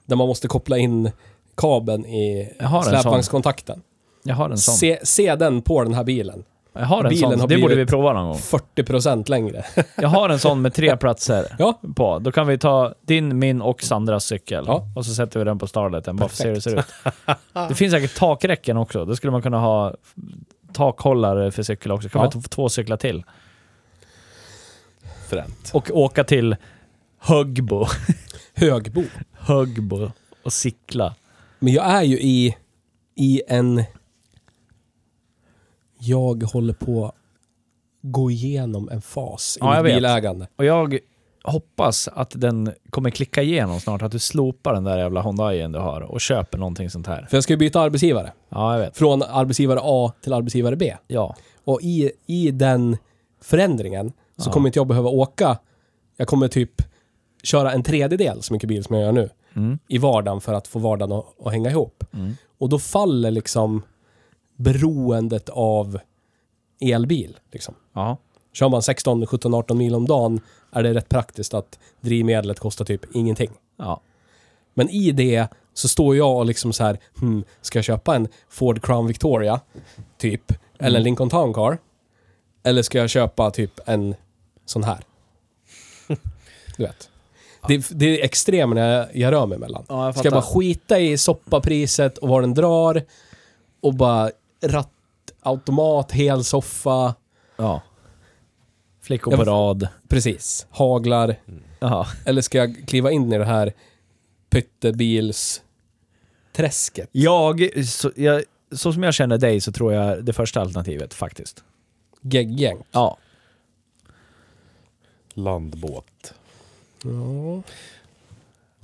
Där man måste koppla in kabeln i Jag har en sån. släpvagnskontakten. Jag har en sån. Se, se den på den här bilen. Jag har en Bilen sån. har det borde vi blivit- prova någon gång. 40% längre. Jag har en sån med tre platser Ja. på. Då kan vi ta din, min och Sandras cykel. Ja. Och så sätter vi den på starleten bara för att se hur det Perfekt. ser ut. Det finns säkert takräcken också. Då skulle man kunna ha takhållare för cykel också. kan Ja. vi ta två cyklar till. Fränt. Och åka till Högbo. Högbo. Högbo. Och cykla. Men jag är ju i, i en... Jag håller på att gå igenom en fas i Ja, jag mitt vet. bilägande. Och jag hoppas att den kommer klicka igenom snart. Att du slopar den där jävla Hyundaien du har och köper någonting sånt här. För jag ska ju byta arbetsgivare. Ja, jag vet. Från arbetsgivare A till arbetsgivare B. Ja. Och i, i den förändringen så Ja. kommer inte jag behöva åka. Jag kommer typ köra en tredjedel så mycket bil som jag gör nu. Mm. i vardagen för att få vardagen att, att hänga ihop. Mm. Och då faller liksom beroendet av elbil. Liksom. Ja. Kör man 16, 17, 18 mil om dagen är det rätt praktiskt att drivmedlet kostar typ ingenting. Ja. Men i det så står jag och liksom så här, hmm, ska jag köpa en Ford Crown Victoria, typ, eller en Mm. Lincoln Town Car? Eller ska jag köpa typ en sån här? Du vet. Det, det är extremerna jag, jag rör mig mellan. Ja, jag ska jag bara fattar. skita i soppapriset och var den drar och bara ratt, automat, hel soffa, Ja. Flickor Jag- på rad. precis, haglar. Mm. Ja. Eller ska jag kliva in i det här pyttebils träsket? Jag, så, jag, så som jag känner dig så tror jag det första alternativet faktiskt. geggjänk? Ja. Landbåt. Ja.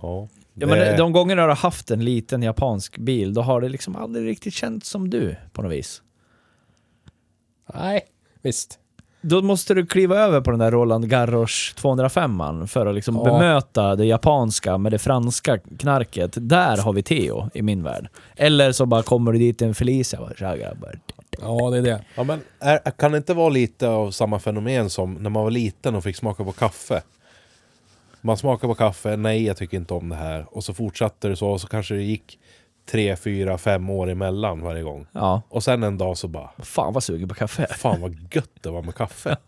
ja men det- de gångerna du har haft en liten japansk bil, då har det liksom aldrig riktigt känts som du på något vis. Nej, visst. Då måste du kliva över på den där Roland Garros 205 för att liksom Ja. bemöta det japanska med det franska knarket. Där har vi Theo i min värld. Eller så bara kommer du dit en Felicia och bara "Tja, grabbar." Ja, det är det. Ja, men är, kan det inte vara lite av samma fenomen som när man var liten och fick smaka på kaffe? Man smakar på kaffe, nej jag tycker inte om det här. Och så fortsatte det så och så kanske det gick tre, fyra, fem år emellan varje gång. Ja. Och sen en dag så bara, Fan vad sugen på kaffe. fan vad gött det var med kaffe.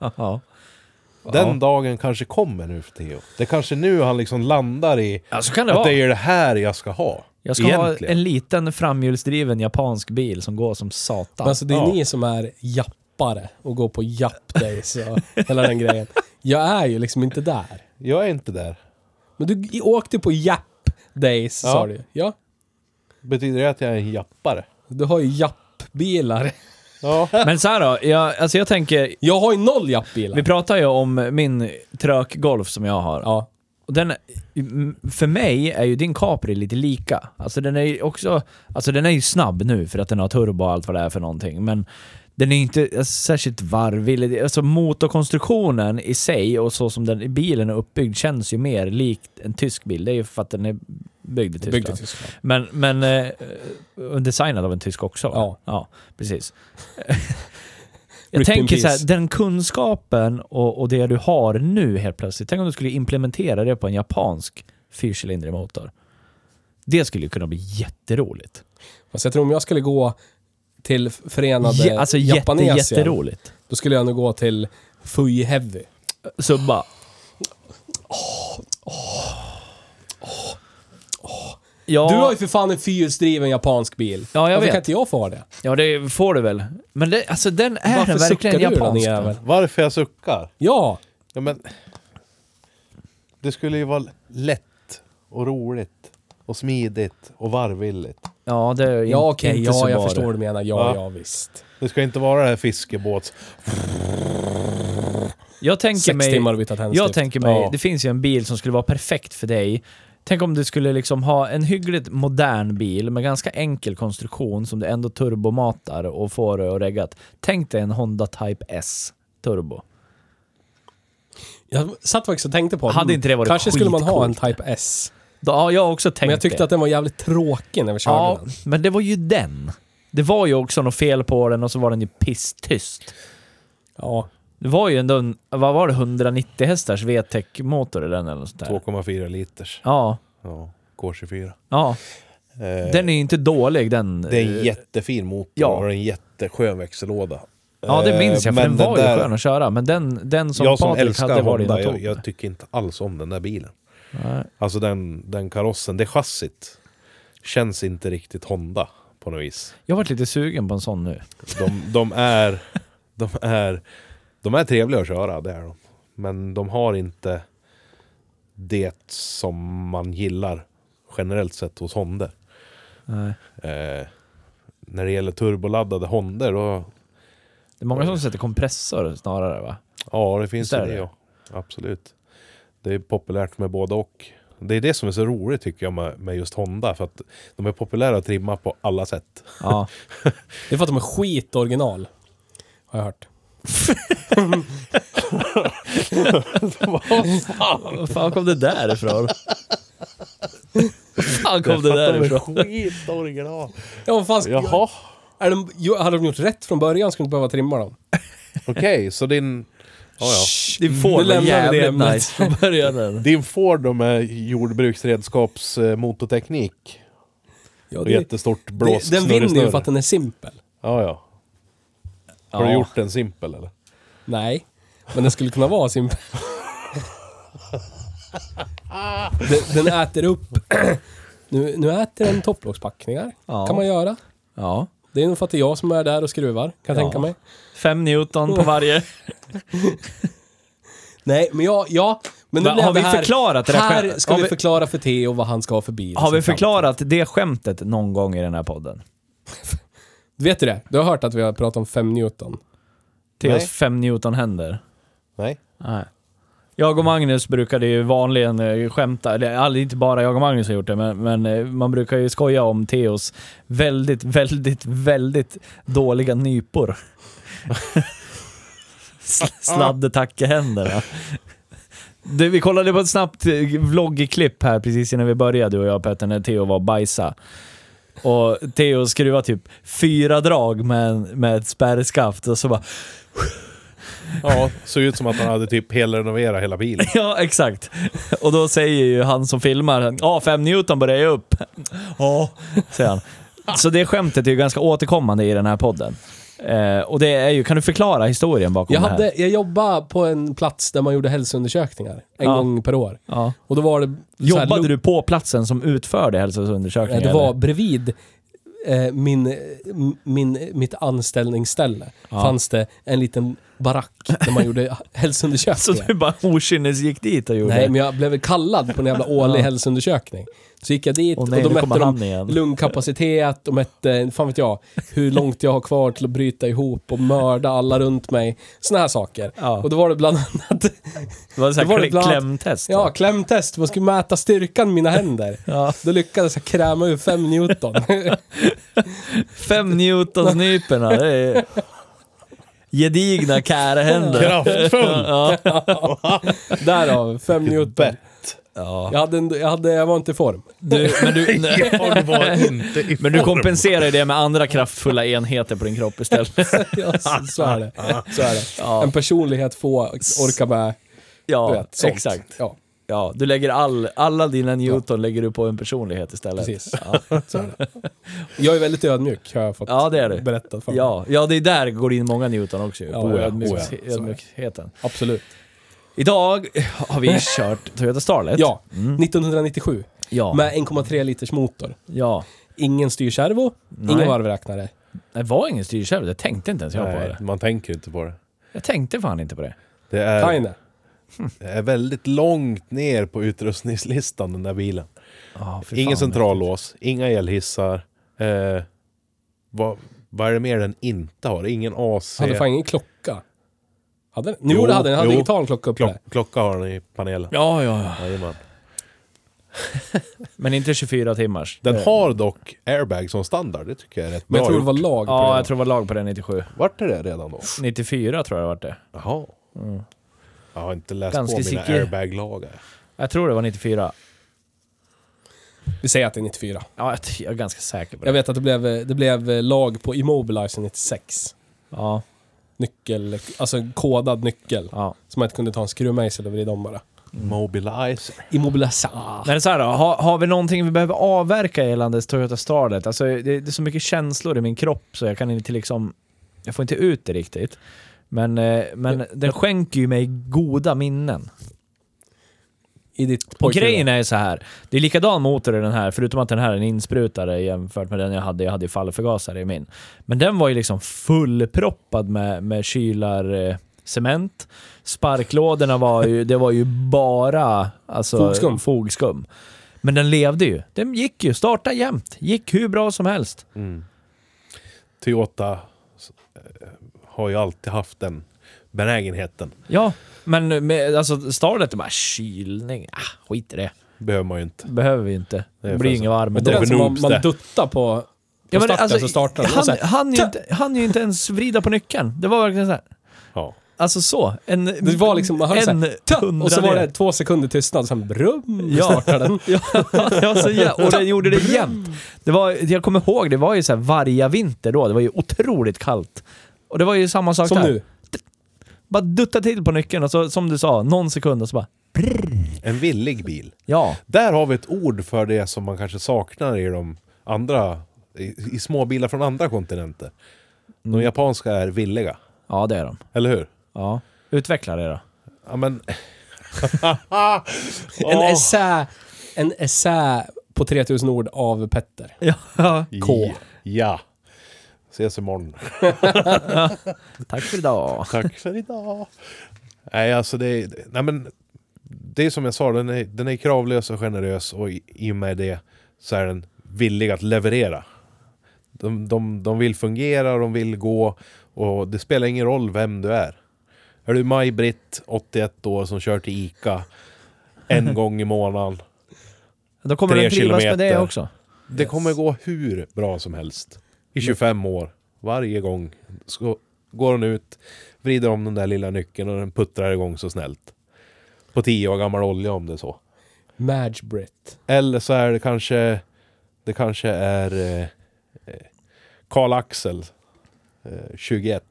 Ja. Den dagen kanske kommer nu för Theo. Det är kanske nu han liksom landar i Ja, så kan det att vara. det är det här jag ska ha. Jag ska ha egentligen. en liten framhjulsdriven japansk bil som går som satan. Men alltså det är Ja. ni som är jappare och går på japp days och hela den grejen. Jag är ju liksom inte där. Jag är inte där. Men du åkte på japp days Ja. sa du Ja. Betyder det att jag är en jappare? Du har ju jappbilar. Ja. Men så här då, jag, alltså jag tänker, Jag har ju noll vi jappbilar. pratar ju om min trökgolf som jag har. Ja. Och den, m- för mig är ju din Capri lite lika. Alltså den är ju också, alltså den är ju snabb nu för att den har turbo och allt vad det är för någonting. Men den är ju inte alltså, särskilt varvvillig. Det- Alltså motorkonstruktionen i sig och så som den, bilen är uppbyggd känns ju mer likt en tysk bil. Det är ju för att den är byggd i Tyskland. Byggd i Tyskland. Men, men eh, eh, designad av en tysk också? va? Ja. ja precis. jag Rip in tänker så här, peace. den kunskapen och, och det du har nu helt plötsligt. Tänk om du skulle implementera det på en japansk fyrcylindrig motor. Det skulle ju kunna bli jätteroligt. Fast jag tror om jag skulle gå till Förenade Je, alltså jätte, Japanesien, jätteroligt. då skulle jag nog gå till Fuji Heavy. Subba. Ja, Du har ju för fan en fyrhjulsdriven japansk bil. Ja, jag Varför vet. kan inte jag få ha det? ja, det får du väl. Men det, alltså den är Varför den suckar verkligen du då, din japansk. jävel? Varför jag suckar? Ja, Ja, men... Det skulle ju vara lätt och roligt och smidigt och varvvilligt. Ja, det är ja okej, inte ja, jag Subaru. förstår vad du menar. Ja, Va? ja visst. Det ska inte vara det här fiskebåts... Jag tänker Sex mig, timmar att byta tändstift. jag tänker mig Ja. det finns ju en bil som skulle vara perfekt för dig. Tänk om du skulle liksom ha en hyggligt modern bil med ganska enkel konstruktion som du ändå turbomatar och får det att regga. Tänk dig en Honda Type S turbo. Jag satt faktiskt och tänkte på Hade mm, inte det varit Kanske skulle man ha en skitcoolt? Type S. Då, ja, jag har också tänkt Men jag tyckte det. att den var jävligt tråkig när vi körde Ja, den. men det var ju den. Det var ju också något fel på den och så var den ju pisstyst. Ja. Det var ju ändå en, vad var det, 190 hästars VTEC-motor i den eller något sånt där. 2,4 liters. Ja, Ja, K24. Eh, ja. Den är ju inte dålig den. Det är en eh, jättefin motor Ja. och en jätteskön växellåda. Ja, det minns jag, för Eh, den men var där- ju skön att köra. Men den, den som jag som Patrik älskar hade var det Honda, något jag, jag, jag tycker inte alls om den där bilen. Nej. Alltså den, den karossen, det chassit känns inte riktigt Honda på något vis. jag varit lite sugen på en sån nu. De, de, är, de, är, de är trevliga att köra, det är de. Men de har inte det som man gillar generellt sett hos Honda. Nej. Eh, när det gäller turboladdade Honda då, Det är många som sätter kompressor snarare va? ja det Visst finns ju är det. det? Ja. Absolut. Det är populärt med både och. Det är det som är så roligt tycker jag med, med just Honda, för att de är populära att trimma på alla sätt. Ja. Det är för att de är skitoriginal. Har jag hört. Vad fan kom det där ifrån? Vad fan kom det För att där de är ifrån? Skitoriginal! Ja, vad fan ska- Jaha! Är de, jo, hade de gjort rätt från början skulle de inte behöva trimma dem. Okej, så din... Ja, ja. Din Nu Ford var lämnar vi det jävligt ämnet. nice från början. Din Ford då med jordbruksredskaps eh, motorteknik Ja, och det, jättestort det, blås den vinner ju för att den är simpel. Ja, ja. Har du Ja. gjort den simpel eller? Nej, men den skulle kunna vara simpel. den, den äter upp... nu, nu äter den topplockspackningar. Ja. kan man göra. Ja. Det är nog för att det är jag som är där och skruvar, kan jag Ja. tänka mig. Fem Newton på varje. Nej, men jag... Ja, men nu Va, blev har vi här, förklarat det där Här själv? ska Har vi vi- förklara för Theo vad han ska ha för bil. Har vi Sen fram- förklarat det skämtet någon gång i den här podden? Vet du det? Du har hört att vi har pratat om 5 Newton. Theos Nej. fem Newton-händer. Nej. Nej. Jag och Magnus brukade ju vanligen eh, skämta, eller aldrig- inte bara jag och Magnus har gjort det, men, men eh, man brukar ju skoja om Theos väldigt, väldigt, väldigt dåliga nypor. Sl- Sladdetackehänderna. Du, vi kollade på ett snabbt eh, vloggklipp här precis innan vi började, du och jag Petter, när Theo var och bajsa. Och Theo skruvade typ fyra drag med, en- med ett spärrskaft och så bara Ja, såg ut som att han hade typ helrenoverat hela bilen. Ja, exakt. Och då säger ju han som filmar, ja, 5 Newton börjar ju upp. Ja, säger han. Så det skämtet är ju ganska återkommande i den här podden. Eh, och det är ju, kan du förklara historien bakom Jag, det här? hade, jag jobbade på en plats där man gjorde hälsoundersökningar en Ja. gång per år. Ja. Och då var det... så här Jobbade lugnt- du på platsen som utförde Eh, hälsoundersökningen? Det var eller? bredvid eh, min, m- min, mitt anställningsställe Ja. fanns det en liten barack där man gjorde Så hälsoundersökningar. du bara okynnes gick dit och gjorde Nej, men jag blev väl kallad på en jävla årlig hälsoundersökning. Så gick jag dit Åh nej, och nu då kommer mätte han de igen. lungkapacitet och mätte, fan vet jag, hur långt jag har kvar till att bryta ihop och mörda alla runt mig. Såna här saker. Ja. Och då var det bland annat, Det var så här Det var det kl- bland annat- klämtest? ja, va? klämtest. Man skulle mäta styrkan i mina händer. Ja. Då lyckades jag kräma ur 5 Newton. Fem Newtonsnyporna. Det är gedigna kärhänder. Kraftfull! Ja. Därav 5 Newton. Ja. Jag, hade en, jag, hade, jag var inte i form. Du, men, du, nej, Jag var inte i men du form. kompenserar ju det med andra kraftfulla enheter på din kropp istället. Ja, så, så är det. Så är det. Ja. En personlighet får orka med, du Ja, vet, sånt. exakt. Ja, Ja, du lägger all, alla dina Newton lägger du på en personlighet istället. precis. Så är det. Jag är väldigt ödmjuk, har jag fått Ja, det är du. berättat för mig. Ja, ja, det är där går det in många Newton också ju, Ja, på oh ja, ödmjuk- oh ja, så är det. ödmjukheten. Absolut. Idag har vi kört Toyota Starlet. Ja, 1997. Mm. Ja. Med 1,3 liters motor. ja. Ingen styrservo, Nej. ingen varvräknare. Det var ingen styrkärl, jag tänkte inte ens jag på Nej, det. man tänker ju inte på det. Jag tänkte fan inte på det. Det är, Kaine. det är väldigt långt ner på utrustningslistan den där bilen. Oh, Ingen centrallås, inga elhissar. Eh, vad, vad är det mer den inte har? Ingen AC. Hade fan ingen klocka. Hade den? Nu Jo, hade den, hade jo. digital klocka uppe Klock, där. klocka har den i panelen. Ja, ja, ja. Jajamän. Men inte 24 timmars. Den Eh, har dock airbag som standard, det tycker jag är rätt Men bra jag tror det var gjort. lag på Ja, den. jag tror det var lag på den 97. Vart är det redan då? 94 tror jag det var det. Jaha. Mm. Jag har inte läst Ganska på mina sicker. airbag-lagar. Jag tror det var 94. Vi säger att det är 94. Ja, jag, t- jag är ganska säker på det. Jag vet att det blev, det blev lag på Immobilizer 96. Ja, Nyckel, alltså en kodad nyckel. ja. Som man inte kunde ta en skruvmejsel och vrida om bara. Mobilizer. Immobilizer. Men det är så här då, har, har vi någonting vi behöver avverka gällande Toyota Starlet? Alltså, det, det är så mycket känslor i min kropp så jag kan inte liksom... Jag får inte ut det riktigt. Men, eh, men den skänker ju mig goda minnen. I ditt Och pojkrum. grejen är ju så här. det är likadan motor i den här, förutom att den här är en insprutare jämfört med den jag hade. Jag hade ju fallförgasare i min. Men den var ju liksom fullproppad med, med kylar, eh, cement. Sparklådorna var ju, det var ju bara alltså, Fogskum. fogskum. Men den levde ju. Den gick ju, starta jämt. Gick hur bra som helst. Toyota eh, har ju alltid haft den benägenheten. Ja, men med, alltså Starlet, är bara kylning, ah, skit i det. Behöver man ju inte. Behöver vi inte. är Det blir för- ingen varm Det är den som man, Noobs man det. duttar på, på Ja, men starten alltså, så startar den. Och så han, här, han, ju inte, han ju inte ens vrida på nyckeln. Det var verkligen så här. Ja. Alltså så. En, det var liksom, man hörde en såhär, hundra och så var ner. det två sekunder tystnad, sen brum, Ja. startade den. ja, så, ja, och den gjorde det jämt. Det var, jag kommer ihåg, det var ju så här varje vinter då. Det var ju otroligt kallt. Och det var ju samma sak Som där. nu. Bara dutta till på nyckeln och så, som du sa, någon sekund och så bara... En villig bil. Ja. Där har vi ett ord för det som man kanske saknar i de andra, i, i småbilar från andra kontinenter. Mm. De japanska är villiga, Ja, det är de. eller hur? Ja. Utveckla det då. Ja men... En Åh. essä, en essä på 3000 ord av Petter. Ja. K. Ja. Ses imorgon. Tack för idag. Tack för idag. Nej, alltså det är... Nej, men det är som jag sa, den är, den är kravlös och generös och i- i och med det så är den villig att leverera. De, de, de vill fungera, de vill gå och det spelar ingen roll vem du är. Är du Maj-Britt, 81 år, som kör till ICA en gång i månaden. Då kommer Tre den trivas med det kilometer. också. Det kommer gå hur bra som helst. I 25 år. Varje gång så går hon ut, vrider om den där lilla nyckeln och den puttrar igång så snällt. På 10 år gammal olja om det är så. Madge Britt. Eller så är det kanske... Det kanske är... eh, eh, Karl-Axel, eh, 21.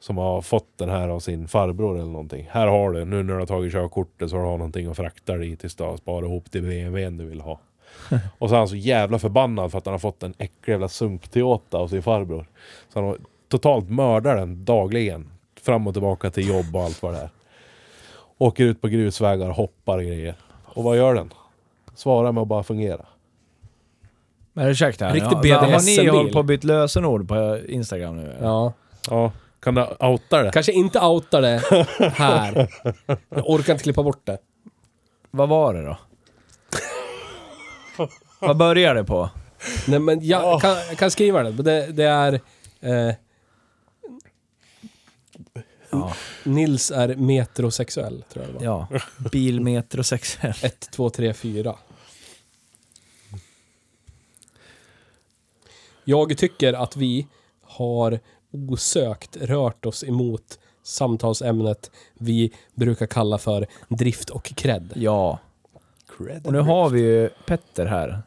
Som har fått den här av sin farbror eller någonting. Här har du, nu när du har tagit körkortet så har du någonting att frakta dig tills du har sparat ihop till BMWn du vill ha. Och så är han så jävla förbannad för att han har fått en äcklig jävla sunk-Toyota av sin farbror. Så han har totalt mördar den dagligen. Fram och tillbaka till jobb och allt vad det är. Åker ut på grusvägar och hoppar och grejer. Och vad gör den? Svarar med att bara fungera. Men ursäkta, Riktig ja, men har ni BDSM-bil. hållit på att byta lösenord på Instagram nu? eller? Ja. Ja, kan du outa det? Kanske inte outa det här. Jag orkar inte klippa bort det. Vad var det då? Vad började det på? Nej men jag Ah. kan, jag kan skriva det. men Det, det är... Eh, Ja. Nils är metrosexuell, tror jag det var. Ja, bilmetrosexuell. Ett, två, tre, fyra. Jag tycker att vi har osökt rört oss emot samtalsämnet vi brukar kalla för drift och cred. Ja. Och nu har vi ju Petter här.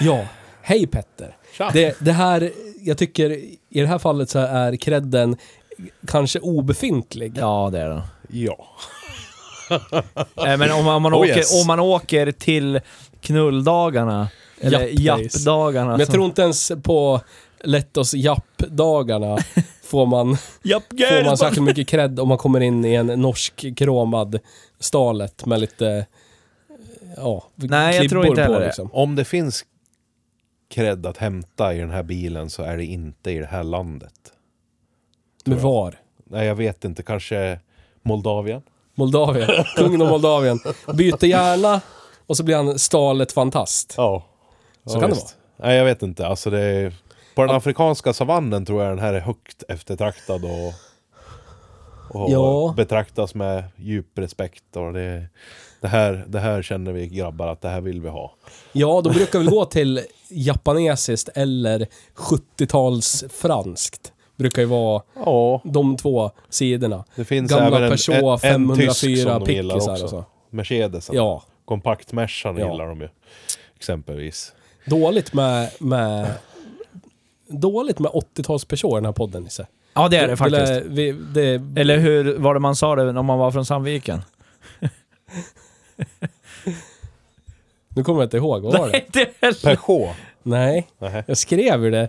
Ja, hej Petter. Tja. Det, det här, jag tycker i det här fallet så är credden kanske obefintlig. Ja, det är den. Ja. Nej, Äh, men om man, om, man Oh, åker, yes. om man åker till knulldagarna, eller Japp, nice. jappdagarna. Men jag som- tror inte ens på Lettos japp-dagarna får man får man särskilt mycket cred om man kommer in i en norsk kromad stalet med lite ja, Nej, jag tror klibbor liksom? inte heller det. Om det finns cred att hämta i den här bilen så är det inte i det här landet. Men var? Nej, jag vet inte. Kanske Moldavien? Moldavien. Kungen av Moldavien. Byter gärna och så blir han stalet fantast. Ja. Så kan det vara. Nej, jag vet inte. Alltså det är... På den afrikanska savannen tror jag den här är högt eftertraktad och, och Ja. betraktas med djup respekt. Och det, det, här, det här känner vi grabbar att det här vill vi ha. Ja, de brukar väl gå till japanesiskt eller 70-tals franskt. Brukar ju vara Ja, de två sidorna. det finns Gamla även en, Peugeot en, en 504 tysk som de gillar pickisar och också. så. Mercedesen. Ja, Kompaktmercan Ja. gillar de ju. Exempelvis. dåligt med, med Dåligt med 80-tals Peugeot i den här podden, Nisse. Ja, det är det faktiskt. Eller, vi, det, Eller hur var det man sa det om man var från Sandviken? nu kommer jag inte ihåg, vad var det? inte heller. Peugeot. Nej, Nej. jag skrev ju det.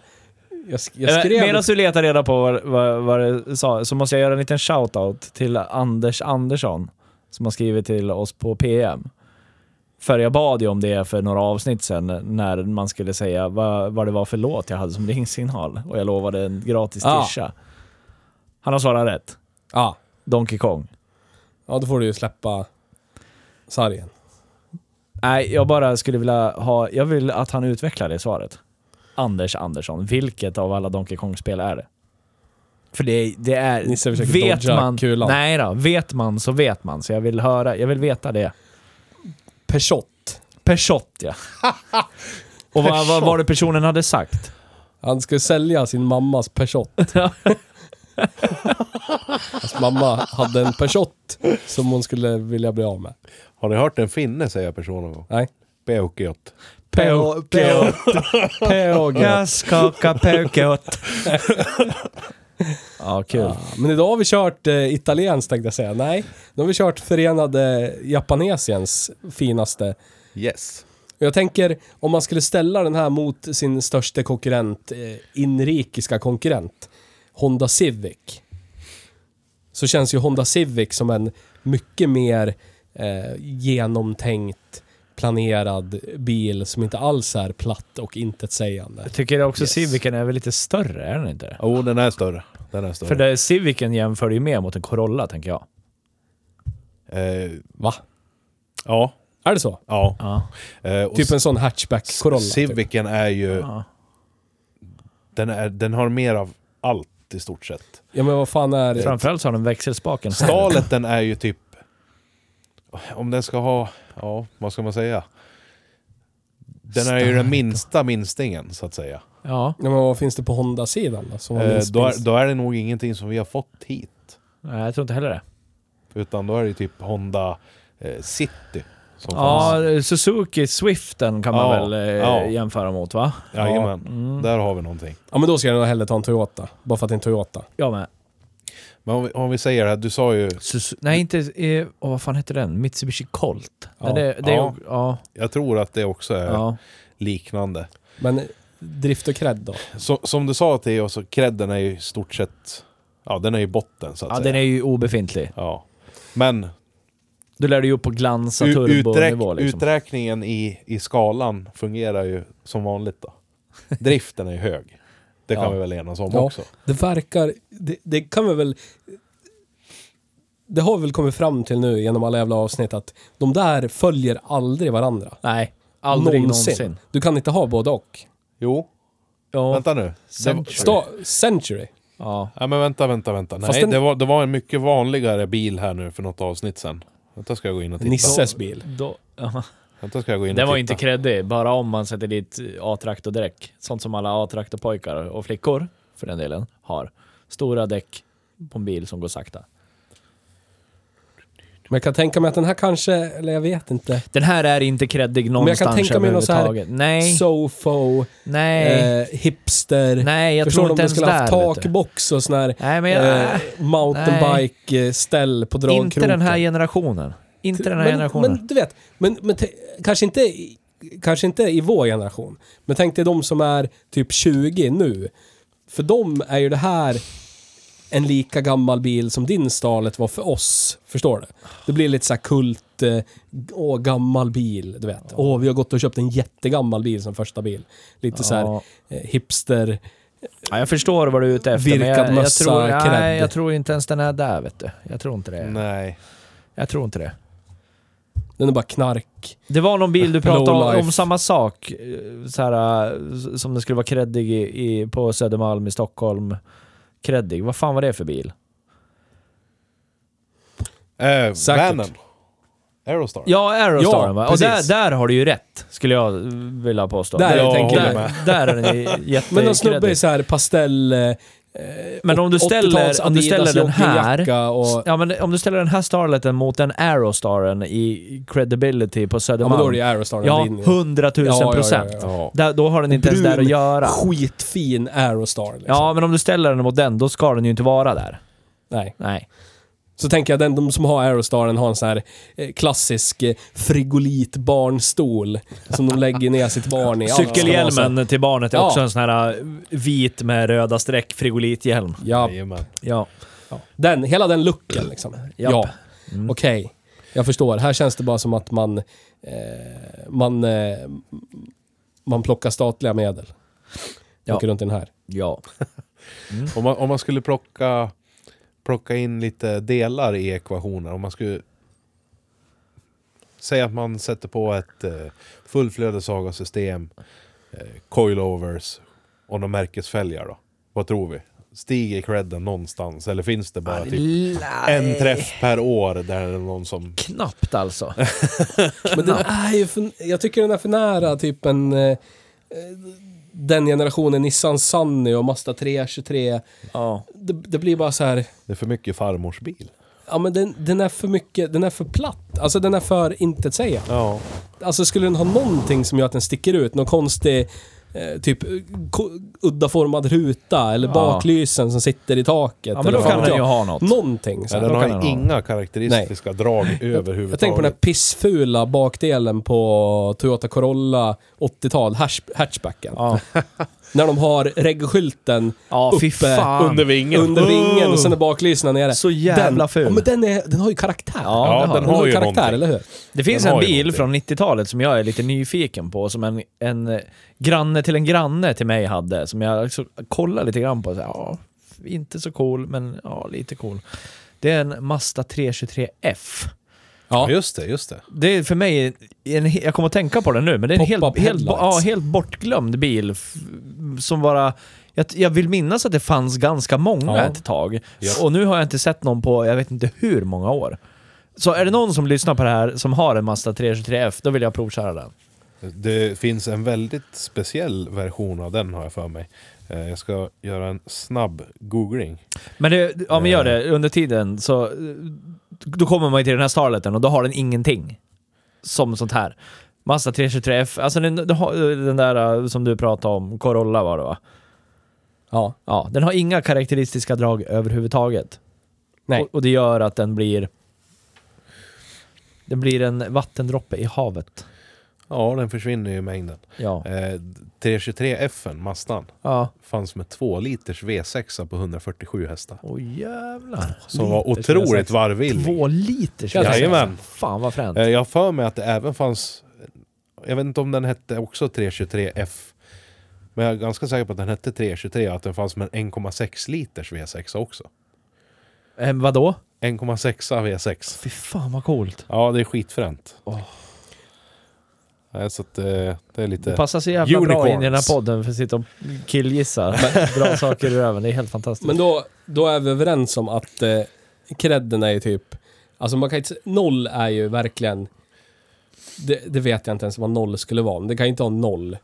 Jag, sk- jag skrev... Medan du letar reda på vad, vad, vad det sa, så måste jag göra en liten shout-out till Anders Andersson, som har skrivit till oss på PM. För jag bad ju om det för några avsnitt sedan, när man skulle säga vad, vad det var för låt jag hade som ringsignal. Och jag lovade en gratis Ah. tischa. Han har svarat rätt. Ja. Donkey Kong. ja, då får du ju släppa sargen. Nej, jag bara skulle vilja ha... Jag vill att han utvecklar det svaret. Anders Andersson, vilket av alla Donkey Kong-spel är det? För det, det är... Nisse försöker dodga man, kulan. Nej då, vet man så vet man. Så jag vill höra, jag vill veta det. Peugeot. Peugeot ja. Och vad, vad var det personen hade sagt? Han skulle sälja sin mammas Peugeot. Hans mamma hade en Peugeot som hon skulle vilja bli av med. Har ni hört en finne säga person någon gång? Nej. Peugeot. Peugeot. Peugeot. Jag skakar Peugeot. ja, kul. Ja, men idag har vi kört eh, italienskt tänkte jag säga. Nej, nu har vi kört Förenade Japanesiens finaste Yes. Jag tänker om man skulle ställa den här mot sin största konkurrent, eh, inrikiska konkurrent, Honda Civic. Så känns ju Honda Civic som en mycket mer eh, genomtänkt, planerad bil som inte alls är platt och intetsägande. Jag tycker också Yes. Civicen är väl lite större, är den inte? Jo, oh, den är större. Den är större. För det, Civicen jämför ju mer mot en Corolla, tänker jag. Eh, Va? ja. Är det så? Ja. Ja. Eh, och Typ en sån hatchback Corolla. Typ. Civicen är ju... Ja. Den, är, den har mer av allt i stort sett. Ja men vad fan är det? Framförallt så har den växelspaken. Stalet den är ju typ... Om den ska ha... Ja, vad ska man säga? Den är ju den minsta minstingen, så att säga. Ja, Ja, men vad finns det på Honda-sidan då? Som har Eh, minst då, är, vinst? då är det nog ingenting som vi har fått hit. nej, jag tror inte heller det. Utan då är det ju typ Honda eh, City. Som Ja, fanns. Suzuki Swiften kan man Ja, väl eh, ja. jämföra mot va? Jajamän. Mm. Där har vi någonting. Ja men då ska jag nog hellre ta en Toyota. Bara för att det är en Toyota. Jag med. Men om vi, om vi säger det här, du sa ju... Suzu- nej, inte... Eh, åh, vad fan heter den? Mitsubishi Colt? Ja. Nej, det, det är, Ja. ja. Ja, Jag tror att det också är ja. liknande. Men eh, drift och cred då. Så, som du sa Theo, så credden är ju i stort sett... Ja, den är ju botten så att Ja, säga. den är ju obefintlig. Ja. Men Du lär dig ju upp på glansa u- turbonivå uträk- liksom. uträkningen i, i skalan fungerar ju som vanligt då. Driften är ju hög. Det kan Ja. vi väl enas om Ja. också. Det verkar, det, det kan vi väl... Det har vi väl kommit fram till nu genom alla jävla avsnitt att de där följer aldrig varandra. Nej, aldrig någonsin. Du kan inte ha både och. Jo, Ja. vänta nu. Det var- Century. Sta, century. Ja. Ja men vänta, vänta, vänta. Fast Nej, den- det, var, det var en mycket vanligare bil här nu för något avsnitt sen. Vänta ska jag gå in och titta. Nisses bil. Då, ja. Vänta ska jag gå in Den och var titta. inte kreddig, bara om man sätter dit A-traktordäck. Sånt som alla A-traktorpojkar och flickor, för den delen, har. Stora däck på en bil som går sakta. Men jag kan tänka mig att den här kanske, eller jag vet inte. Den här är inte kreddig jag kan någonstans tänka mig någon så här- överhuvudtaget. Nej, Sofo, nej, eh, hipster. nej, jag Förstår tror du om de inte ens skulle haft där. vet du. takbox och sån här Nej, men jag, eh, mountainbike-ställ på dragkroken. inte den här generationen. Inte den här men, generationen. Men du vet, men, men te- kanske, inte, i- kanske inte i vår generation. Men tänk dig de som är typ 20 nu. För dem är ju det här en lika gammal bil som din Starlet var för oss. Förstår du? Det blir lite så här kult, eh, åh gammal bil, du vet. Åh, vi har gått och köpt en jättegammal bil som första bil. Lite så här Ja. eh, hipster. Ja, jag förstår vad du är ute efter, men Virkad jag, mössa, jag, tror, nej, cred. jag tror inte ens den är där, vet du. Jag tror inte det. Nej. Jag tror inte det. Den är bara knark. Det var någon bil du Low pratade om, life. om samma sak, eh, så här, eh, s- som det skulle vara kreddig i, i, på Södermalm i Stockholm. Kreddig, vad fan var det för bil? Eh, Säkert. Vanen. Aerostar. Ja, Aerostar Ja, va? Och där, precis. där har du ju rätt, skulle jag eh, vilja påstå. Där jag tänker jag där, med. där är den ju jättekreddig. Men någon snubbe i så här pastell... Eh, Men om du ställer, om du ställer den här... Och, Ja, men om du ställer den här Starleten mot den Aerostaren i credibility på ja, Södermalm. men då är det ju Aerostar Ja, den linjen. 100 000 Ja, ja, ja, procent. ja. Ja. Där, då har den inte ens Brun. där att göra. Skitfin Aerostar. Liksom. Ja, men om du ställer den mot den, då ska den ju inte vara där. Nej. Nej. Så tänker jag den de som har Aerostaren har en sån här eh, klassisk eh, frigolitbarnstol som de lägger ner sitt barn i. Allt ska vara så- Cykelhjälmen till barnet är Ja. också en sån här eh, vit med röda streck frigolithjälm. Ja, Jajamän. Ja. ja. Den, hela den looken liksom. Ja, okej. Jag förstår. Här känns det bara som att man, eh, man, eh, man plockar statliga medel. Ja. Åker runt i den här. Ja. Om, man, om man skulle plocka, plocka in lite delar i ekvationen. Om man skulle... Säg att man sätter på ett eh, fullflödesavgassystem, eh, coilovers och några märkesfälgar då. Vad tror vi? Stiger credden någonstans? Eller finns det bara typ en träff per år där det är någon som... Knappt alltså. Men den är ju för, jag tycker den är för nära typ en... Eh, eh, den generationen Nissan Sunny och Mazda 323. Ja. Det, det blir bara så här... Det är för mycket farmors bil. Ja men den, den är för mycket, den är för platt. Alltså den är för intetsägande. Ja. Alltså skulle den ha någonting som gör att den sticker ut, någon konstig eh, typ ko- uddaformad ruta eller Ja. baklysen som sitter i taket. ja, men då eller kan fan den ju vet ha jag. något. Någonting. Så Ja, här. den då har kan den ha. inga karaktäristiska drag överhuvudtaget. Jag tänker på den här pissfula bakdelen på Toyota Corolla 80-tal, hash- hatchbacken. Ja. När de har reggae-skylten ja, fy Uppe fan. under vingen. under Oh! vingen och sen är baklysen nere. Så jävla den, ful. Ja, men den, är, den har ju karaktär. Ja, Ja, det har den den. har ju karaktär, någonting. eller hur? Det finns Den en har ju bil någonting. från 90-talet som jag är lite nyfiken på, som en, en eh, granne till en granne till mig hade, som jag liksom kollade lite grann på. Så här, ja, inte så cool, men ja, lite cool. Det är en Mazda 323F. Ja, Ja. just det, just det. Det är för mig, en, he- jag kommer att tänka på den nu, men det är en helt, Pop-up helt, bo- ja, headlights. helt bortglömd bil. f- Som bara... Jag, jag vill minnas att det fanns ganska många Ja. ett tag. Ja. Och nu har jag inte sett någon på, jag vet inte hur många år. Så är det någon som lyssnar på det här som har en Mazda 323F, då vill jag provköra den. Det finns en väldigt speciell version av den har jag för mig. Eh, Jag ska göra en snabb googling. Men, det, ja, men gör det. Under tiden så... eh, Då kommer man ju till den här Starleten och då har den ingenting. Som sånt här. Mazda 323F, alltså den, den, har- den där eh, som du pratade om, Corolla var det va? Ja. Ja, den har inga karaktäristiska drag överhuvudtaget. Nej. Och, och det gör att den blir... Den blir en vattendroppe i havet. Ja, den försvinner ju i mängden. Ja. Eh, 323F, Mastan, ja. fanns med 2 liters V6 på 147 hästar. Åh jävlar. Som var Liter, skulle jag otroligt säga. varvvillig. Två liter skulle jag säga. Jajamän. Fan vad fränt. Eh, Jag har för mig att det även fanns, jag vet inte om den hette också 323F, men jag är ganska säker på att den hette 323 och att den fanns med en 1,6 liters V6 också. Eh, vadå? 1,6 V6. Fy fan vad coolt. Ja, det är skitfränt. Åh. Nej, så att eh, det är Det lite... passar så jävla bra Unicorns. in i den här podden för att sitta och killgissa bra saker i röven. Det är helt fantastiskt. Men då, då är vi överens om att eh, credden är ju typ... Alltså man kan inte, s- noll är ju verkligen... Det, det vet jag inte ens vad noll skulle vara, men det kan ju inte ha noll.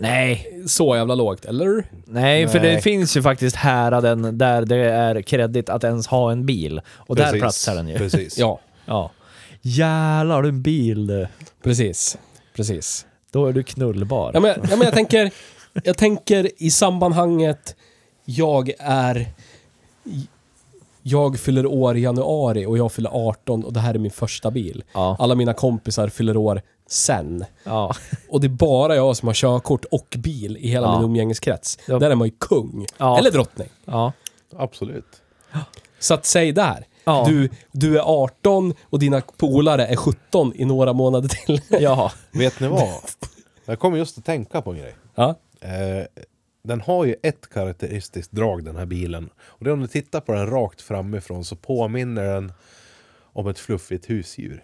nej, Så jävla lågt, eller? nej, för Nej. det finns ju faktiskt häraden där det är kredit att ens ha en bil. Och där Precis, platsar den ju. Precis. Ja, Ja. Jävlar, har du en bil du. precis. Precis. Då är du knullbar. Ja, men, ja, men jag, tänker, jag tänker i sammanhanget, jag är... Jag fyller år i januari och jag fyller 18 och det här är min första bil. ja. Alla mina kompisar fyller år sen. ja. Och det är bara jag som har körkort och bil i hela Ja. min umgängeskrets. Ja. Där är man ju kung. Ja. Eller drottning. ja. Absolut. Så att säg där. Ja. Du, du är 18 och dina polare är 17 i några månader till. ja. Vet ni vad? Jag kommer just att tänka på en grej. Ja. Eh, den har ju ett karaktäristiskt drag den här bilen. Och det är om du tittar på den rakt framifrån så påminner den om ett fluffigt husdjur.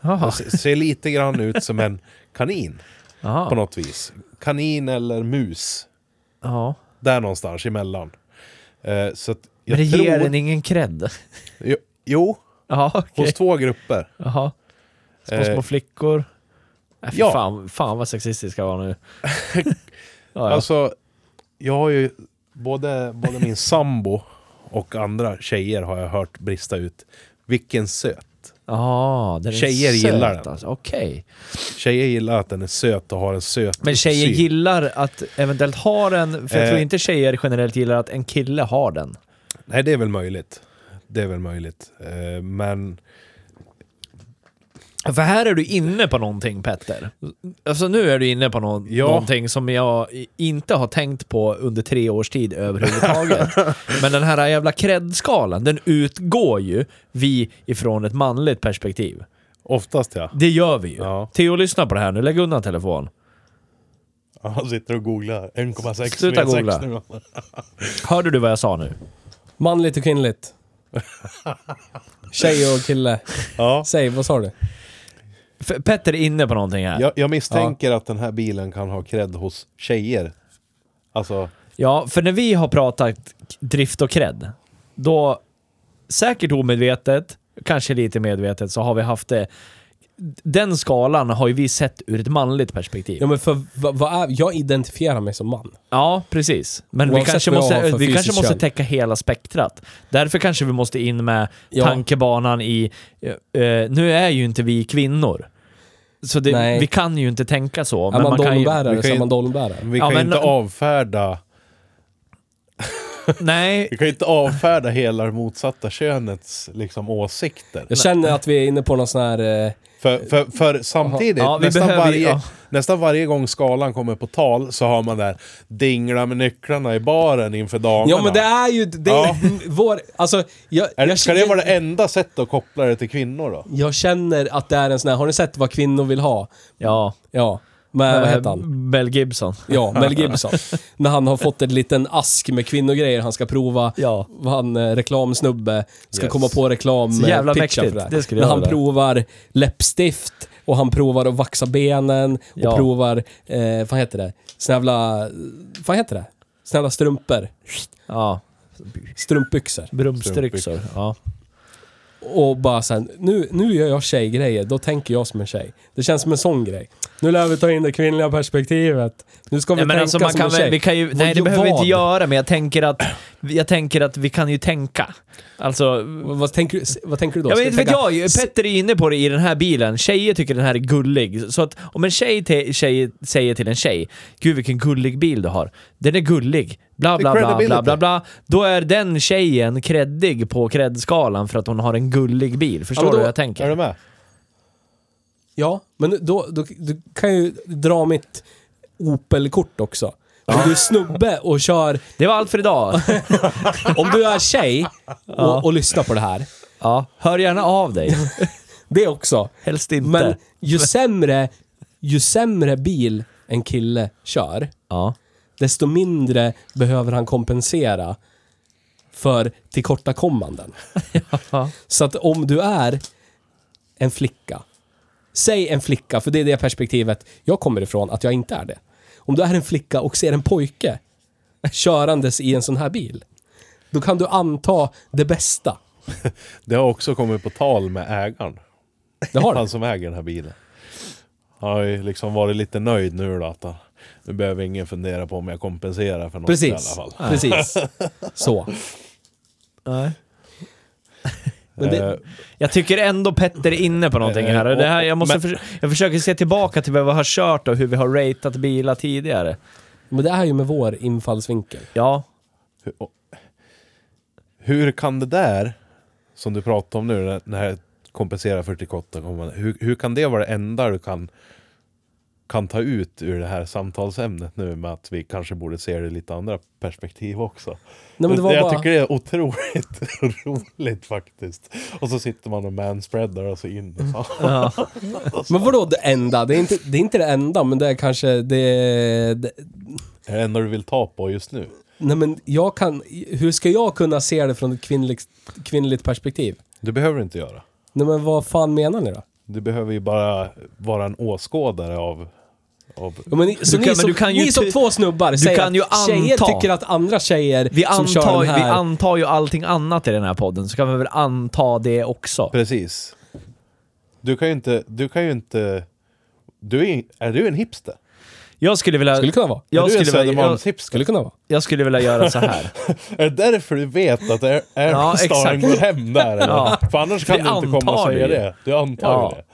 Den Jaha. se- ser lite grann ut som en kanin på Jaha. något vis. Kanin eller mus. Ja. Där någonstans emellan. Eh, så att Men jag det tror... ger den ingen cred. Jo, jo Ja, okej. hos två grupper. Jaha. Små, Eh, små flickor. Nej, fy ja. fan, fan vad sexistisk jag var nu. ja, ja. Alltså, jag har ju både, både min sambo och andra tjejer har jag hört brista ut. Vilken söt. Ah, den är tjejer söt, gillar den. Alltså. Okej. Tjejer gillar att den är söt och har en söt Men tjejer uppsyn. gillar att eventuellt ha den, för jag Eh. tror inte tjejer generellt gillar att en kille har den. Nej, det är väl möjligt. Det är väl möjligt. Eh, men För här är du inne på någonting Petter. Alltså nu är du inne på nå- Ja. någonting som jag i- inte har tänkt på under tre års tid överhuvudtaget. Men den här jävla kreddskalan, den utgår ju vi ifrån ett manligt perspektiv. oftast ja. Det gör vi ju. Ja. Theo, lyssna på det här nu. Lägg undan telefon. Han sitter och googlar. 1,6 Sluta V6 googla. nu. Hörde du vad jag sa nu? Manligt och kvinnligt. Tjej och kille. Ja. Säg, vad sa du? F- Petter är inne på någonting här. Ja, Jag, jag misstänker att den här bilen kan ha cred hos tjejer. Alltså, för när vi har pratat k- drift och cred, då säkert omedvetet, kanske lite medvetet, så har vi haft det. Den skalan har ju vi sett ur ett manligt perspektiv. Ja men för vad, vad är, jag identifierar mig som man. Ja, precis. Men vi Oavsett kanske, vad jag har måste, för vi kanske fysiskt måste kön. täcka hela spektrat. Därför kanske vi måste in med Ja. tankebanan i... eh, eh, nu är ju inte vi kvinnor. Så det, Nej. vi kan ju inte tänka så. Är Men man man kan ju, dollenbärare så vi kan är ju- Mm. man dollenbärare. vi Ja, kan ju men- inte avfärda nej, Vi kan ju inte avfärda hela det motsatta könets liksom, åsikter. Jag känner att vi är inne på någon sån här... Eh, För, för, för samtidigt, Ja, vi nästan, behöver ju- varje, ja. nästan varje gång skalan kommer på tal så har man där dingla med nycklarna i baren inför damerna. ja men det är ju... Det är Ja. vår... Alltså, jag, Är det- jag, ska känner, det vara det enda sättet att koppla det till kvinnor då? jag känner att det är en sån här... Har ni sett vad kvinnor vill ha? ja. Ja. Med, vad heter han? Mel Gibson. Ja, Mel Gibson. När han har fått en liten ask med kvinnogrejer han ska prova. Ja. Han eh, reklamsnubbe ska Yes. komma på reklam Så jävla eh, pitcha mäktigt. för det. här. Det skulle När jag han vilja. provar läppstift och han provar att vaxa benen och Ja. provar, eh, vad heter det? Snävla, vad heter det? Snävla strumpor. Ja. Strumpbyxor. Brumstryxor. Ja. Och bara sen, nu, nu gör jag tjejgrejer, då tänker jag som en tjej. Det känns som en sån grej. Nu lär vi ta in det kvinnliga perspektivet. Nu ska vi Nej, men tänka alltså man som kan en väl, tjej. vi kan ju, nej det Vad- behöver vi inte vad? göra, men jag tänker att, jag tänker att vi kan ju tänka. Alltså, Vad, vad, tänker, du- vad tänker du då? Ja, Ska men vi inte vet tänka- jag. ju. Petter är inne på det i den här bilen. Tjejer tycker den här är gullig. Så att om en tjej, te- tjej säger till en tjej, Gud vilken gullig bil du har. Den är gullig. Bla bla bla bla bla bla. Då är den tjejen kreddig på kreddskalan för att hon har en gullig bil. Ja, Förstår men du då- vad jag Är du tänker? med? Ja, men då, då, då kan jag ju dra mitt Opel-kort också. Om du är snubbe och kör... Det var allt för idag. Om du är tjej och, och lyssnar på det här. Ja, hör gärna av dig. Det också. Helst inte. Men ju sämre, ju sämre bil en kille kör, Ja. desto mindre behöver han kompensera för tillkortakommanden. Ja. Så att om du är en flicka, säg en flicka, för det är det perspektivet jag kommer ifrån, att jag inte är det. Om du är en flicka och ser en pojke körandes i en sån här bil, då kan du anta det bästa. Det har också kommit på tal med ägaren. Det har du. Han som äger den här bilen. Han har ju liksom varit lite nöjd nu då att han, nu behöver ingen fundera på om jag kompenserar för något i alla Precis. fall. Precis. Så. Nej. Men det, Eh, Jag tycker ändå Petter är inne på någonting här. Det här jag, måste eh, Men- för, jag försöker se tillbaka till vad vi har kört och hur vi har ratat bilar tidigare. men det är ju med vår infallsvinkel. Ja, Hur- och- Hur kan det där, som du pratar om nu, när- när kompensera 48, hur, hur kan det vara det enda du kan, kan ta ut ur det här samtalsämnet nu med att vi kanske borde se det i lite andra perspektiv också? Nej, men det var jag bara... tycker det är otroligt roligt faktiskt. Och så sitter man och manspreadar och så in och så. Men vadå det enda? Det är, inte, det är inte det enda, men det är kanske det, det... Är det enda du vill ta på just nu? Nej men jag kan... Hur ska jag kunna se det från ett kvinnligt, kvinnligt perspektiv? Det behöver du inte göra. Nej men vad fan menar ni då? Du behöver ju bara vara en åskådare av... av Ja, men, ni- så Du ni, kan- men som, du kan ju ni som ty- två snubbar du säger kan ju att tjejer anta. tycker att andra tjejer vi, som kör antar, den vi här... antar ju allting annat i den här podden, så kan vi väl anta det också. Precis. Du kan ju inte... Du kan ju inte... Du är, in- är du en hipster? Jag skulle vilja... Skulle kunna vara. är jag, du skulle en vilja jag, Södermalmshipster? Skulle kunna vara. jag skulle vilja göra så här. Är det därför du vet att Air- Ja, Airstaren exakt. går hem där? Eller? Ja. För annars kan Vi du inte komma och antar säga ju. det. Du antar Ja. ju det.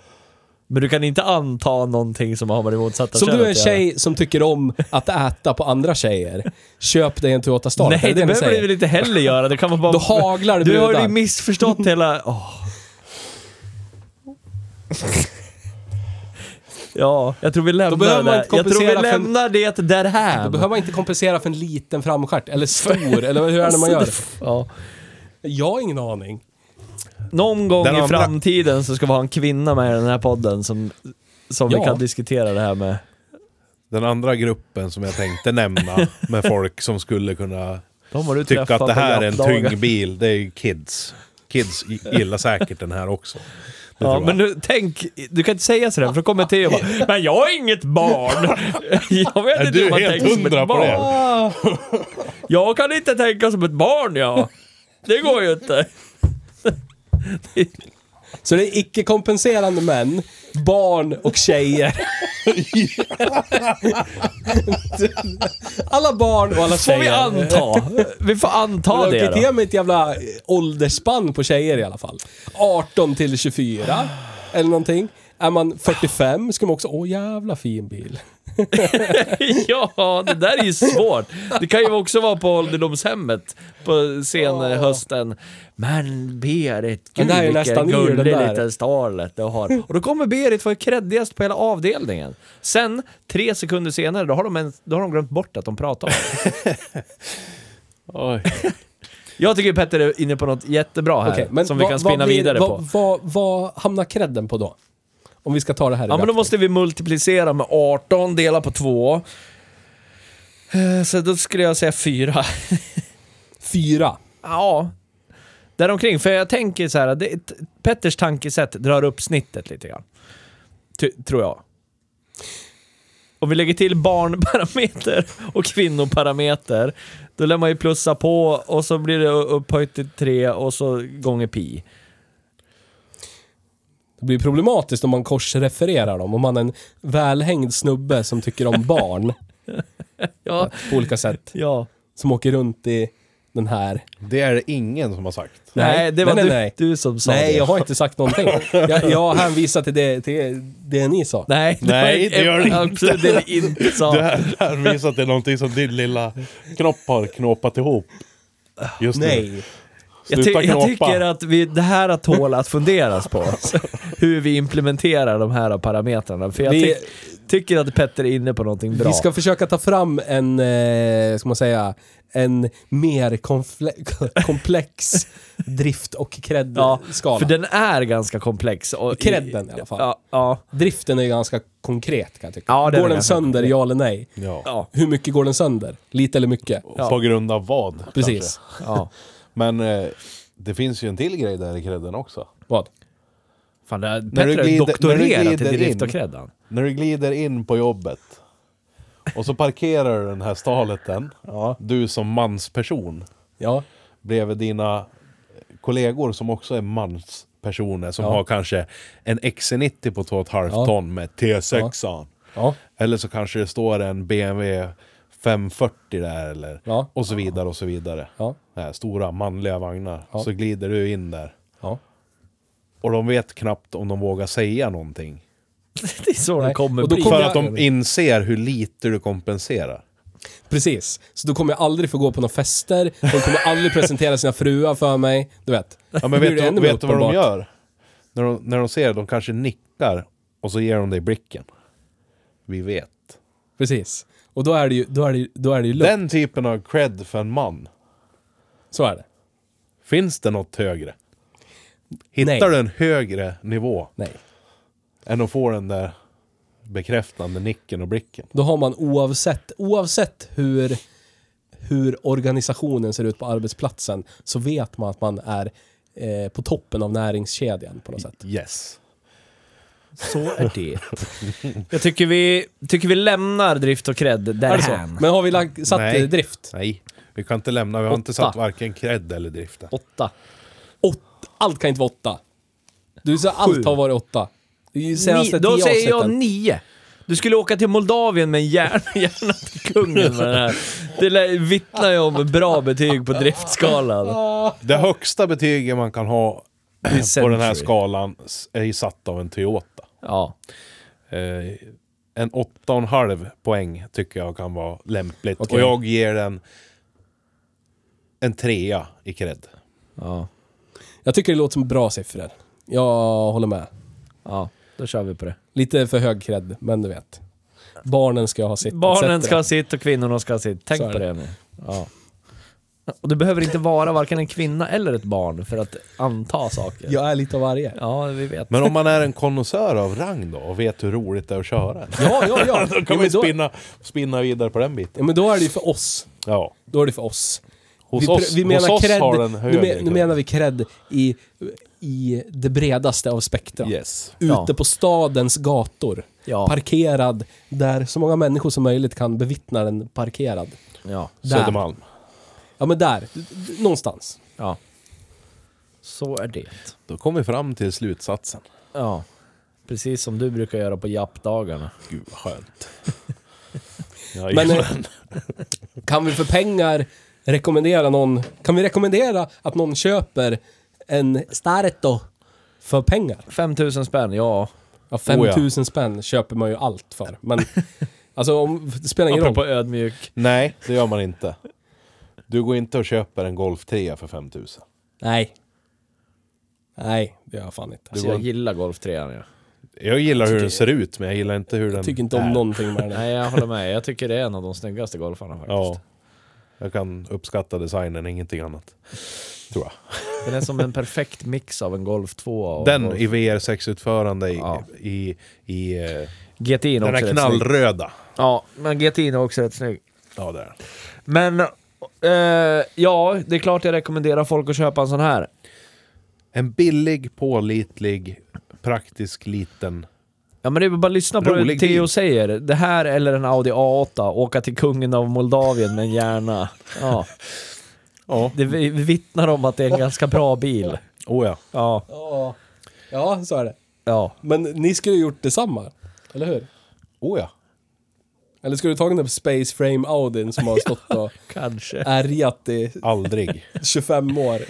Men du kan inte anta någonting som har med det motsatta Så om könet du är en att göra. tjej som tycker om att äta på andra tjejer, köp dig en Toyota Starter. Nej, är ni det behöver du säger? väl inte heller göra. Det kan man bara... Då haglar det du har ju brudar. missförstått hela... Åh. Ja, jag tror vi lämnar behöver man det. inte Jag tror vi kompensera för- lämnar det Då därhän. behöver man inte kompensera för en liten framstjärt, eller stor, eller hur är Alltså, det när man gör det? Ja. Jag har ingen aning. Någon gång Den i andra- framtiden så ska vi ha en kvinna med i den här podden som, som Ja. vi kan diskutera det här med. Den andra gruppen som jag tänkte nämna med folk som skulle kunna De har du tycka träffat att det här på är en grabbdagar. tyngd bil, det är ju kids. Kids gillar säkert den här också. Det Ja, tror men jag. nu, tänk, du kan inte säga sådär för då kommer Theo och bara “Men jag är inget barn!” Jag vet Är inte du hur man helt tänker som hundra ett på det? barn. Jag kan inte tänka som ett barn jag. Det går ju inte. Så det är icke-kompenserande män, barn och tjejer. alla barn och alla Får vi tjejer. anta. Vi får anta Men det okej, då. Ge mig ett jävla åldersspann på tjejer i alla fall. 18 till 24 eller någonting. Är man 45 ska man också, åh jävla fin bil. Ja, det där är ju svårt. Det kan ju också vara på ålderdomshemmet på sen eh, hösten. Men Berit, Men gud det här är ju vilken nästan ur den gullig där. liten starlet du har. Och då kommer Berit vara kreddigast på hela avdelningen. Sen, tre sekunder senare, då har de, en, då har de glömt bort att de pratar om det. Oj. Jag tycker Petter är inne på något jättebra här, Okej, men som vad- vi kan vad spinna blir- vidare vad, på. Vad, vad hamnar credden på då? Om vi ska ta det här i Ja, men då beaktning. måste vi multiplicera med 18, dela på 2. Så då skulle jag säga 4. Fyra. Ja, däromkring. För jag tänker så här, det, t- Petters tankesätt drar upp snittet lite grann. Ty, tror jag. Om vi lägger till barnparameter och kvinnoparameter, då lär man ju plussa på och så blir det upphöjt till tre och så gånger pi. Det blir problematiskt om man korsrefererar dem. Om man är en välhängd snubbe som tycker om barn Ja, på olika sätt. ja. Som åker runt i den här... Det är det ingen som har sagt. Nej, det var nej, du, nej. du som sa Nej, det. jag har inte sagt någonting. Jag, jag hänvisar till det, till det ni sa. Nej, det Nej, var det gör du inte. absolut det vi inte sa. Det här, det här visar att det är någonting som din lilla knopp har knåpat ihop. Just nu. Jag, Sluta ty- jag knåpa. tycker att vi, det här har tål att funderas på. Hur vi implementerar de här parametrarna. För jag Vi- ty- tycker att Petter är inne på någonting bra. Vi ska försöka ta fram en, eh, ska man säga, en mer konfle- komplex drift och Ja, cred-skala. För den är ganska komplex. Och Credden i alla fall. Ja, ja, Driften är ju ganska konkret kan jag tycka. Ja, den är går den ganska sönder, konkret. ja eller nej? Ja. ja, Hur mycket går den sönder? Lite eller mycket? Ja. På grund av vad? Precis. kanske. ja. Men eh, det finns ju en till grej där i credden också. Vad? Fan, det här, Petter När du har glider- när du doktorerat glider i drift in. och creddan. När du glider in på jobbet och så parkerar du den här staleten, du som mansperson, Ja. bredvid dina kollegor som också är manspersoner som Ja. har kanske en XC90 på 2,5 Ja. ton med T6an. Ja. Eller så kanske det står en BMW 540 där eller Ja. och så vidare och så vidare. Ja. Det här, stora manliga vagnar. Ja. Så glider du in där. Ja. Och de vet knappt om de vågar säga någonting. Det är så Nej, det kommer och då bli. kommer För jag- att de inser hur lite du kompenserar. Precis. Så då kommer jag aldrig få gå på några fester, de kommer aldrig presentera sina fruar för mig. Du vet. Ja, men Blir vet det du, ännu mer vet du vad de uppenbart? gör? När de, när de ser det, de kanske nickar och så ger de dig blicken. Vi vet. Precis. Och då är det ju, då är det, ju- då är det ju lugnt. Den typen av cred för en man. Så är det. Finns det något högre? Hittar Nej. du en högre nivå Nej. än att få den där bekräftande nicken och blicken? Då har man oavsett, oavsett hur, hur organisationen ser ut på arbetsplatsen så vet man att man är eh, på toppen av näringskedjan på något sätt. Yes. Så är det. Jag tycker vi, tycker vi lämnar drift och cred Är det så? därhän. Men har vi lagt, satt Nej. eh, drift? Nej, vi kan inte lämna. Vi har inte Åtta. satt varken cred eller driften. Åtta. Åt, allt kan inte vara åtta. Du sa allt har varit åtta. I senaste Ni- då tio säger jag avsnitten. nio. Du skulle åka till Moldavien med en hjärna, hjärna till kungen med det här. Det lär- vittnar ju om bra betyg på driftskalan. Det högsta betyget man kan ha på den här Century. skalan s- är ju satt av en Toyota. Ja. Eh, en 8,5 poäng tycker jag kan vara lämpligt. Okej. Och jag ger den en trea i cred. Ja. Jag tycker det låter som bra siffror. Jag håller med. Ja. Då kör vi på det. Lite för hög cred, men du vet. Barnen ska ha sitt. Barnen etc. ska ha sitt och kvinnorna ska ha sitt. Tänk Så är på det. det nu. Ja. Och du behöver inte vara varken en kvinna eller ett barn för att anta saker. Jag är lite av varje. ja vi vet. Men om man är en konnässör av rang då och vet hur roligt det är att köra den. Ja, ja, ja. Då Jo, kan man men ju då, spinna, spinna vidare på den biten. ja, men då är det ju för oss. Ja. Då är det för oss. Hos pr- oss, hos oss cred- har den högre nu, men, nu cred. menar vi cred i, i det bredaste av spektrat. Yes. Ute Ja. på stadens gator. Ja. Parkerad där så många människor som möjligt kan bevittna den parkerad. Ja. Där. Södermalm. Ja men där, D- d- någonstans. ja. Så är det. Då kom vi fram till slutsatsen. Ja. Precis som du brukar göra på jappdagarna. Gud vad skönt. Men eh, kan vi för pengar rekommendera någon, kan vi rekommendera att någon köper en Starto för pengar? 5000 spänn, ja. Ja, 5 Oh 000 ja. spänn köper man ju allt för. Men alltså, om, det spelar ingen roll. Apropå ödmjuk. Nej, det gör man inte. Du går inte och köper en Golf 3 för 5000. Nej. Nej, det gör jag fan inte. Så Alltså, jag gillar Golf 3 ja. Jag gillar hur den ser ut, men jag gillar inte hur den Jag tycker inte om är. någonting med den. Nej, jag håller med. Jag tycker det är en av de snyggaste golfarna faktiskt. Ja. Jag kan uppskatta designen, ingenting annat. Tror jag. Den är som en perfekt mix av en Golf 2 och Den Golf... i VR6-utförande i, Ja. i, i, eh, GTI är den också här rätt snygg. knallröda. Ja, men GTI är också rätt snygg. Ja, där. Men, eh, ja, det är klart jag rekommenderar folk att köpa en sån här. En billig, pålitlig, praktisk, liten. Ja men det är bara att lyssna på Rolig det Theo bil. säger. Det här eller en Audi A8, åka till kungen av Moldavien med en hjärna. Ja, Ja, det vi- vittnar om att det är en ganska bra bil. oh, ja. Ja, Ja, ja, så är det. ja. Men ni skulle ju gjort detsamma, eller hur? Oh, ja. Eller skulle du tagit den där Space Frame Audin som har stått och Kanske. ärjat i Aldrig. 25 år?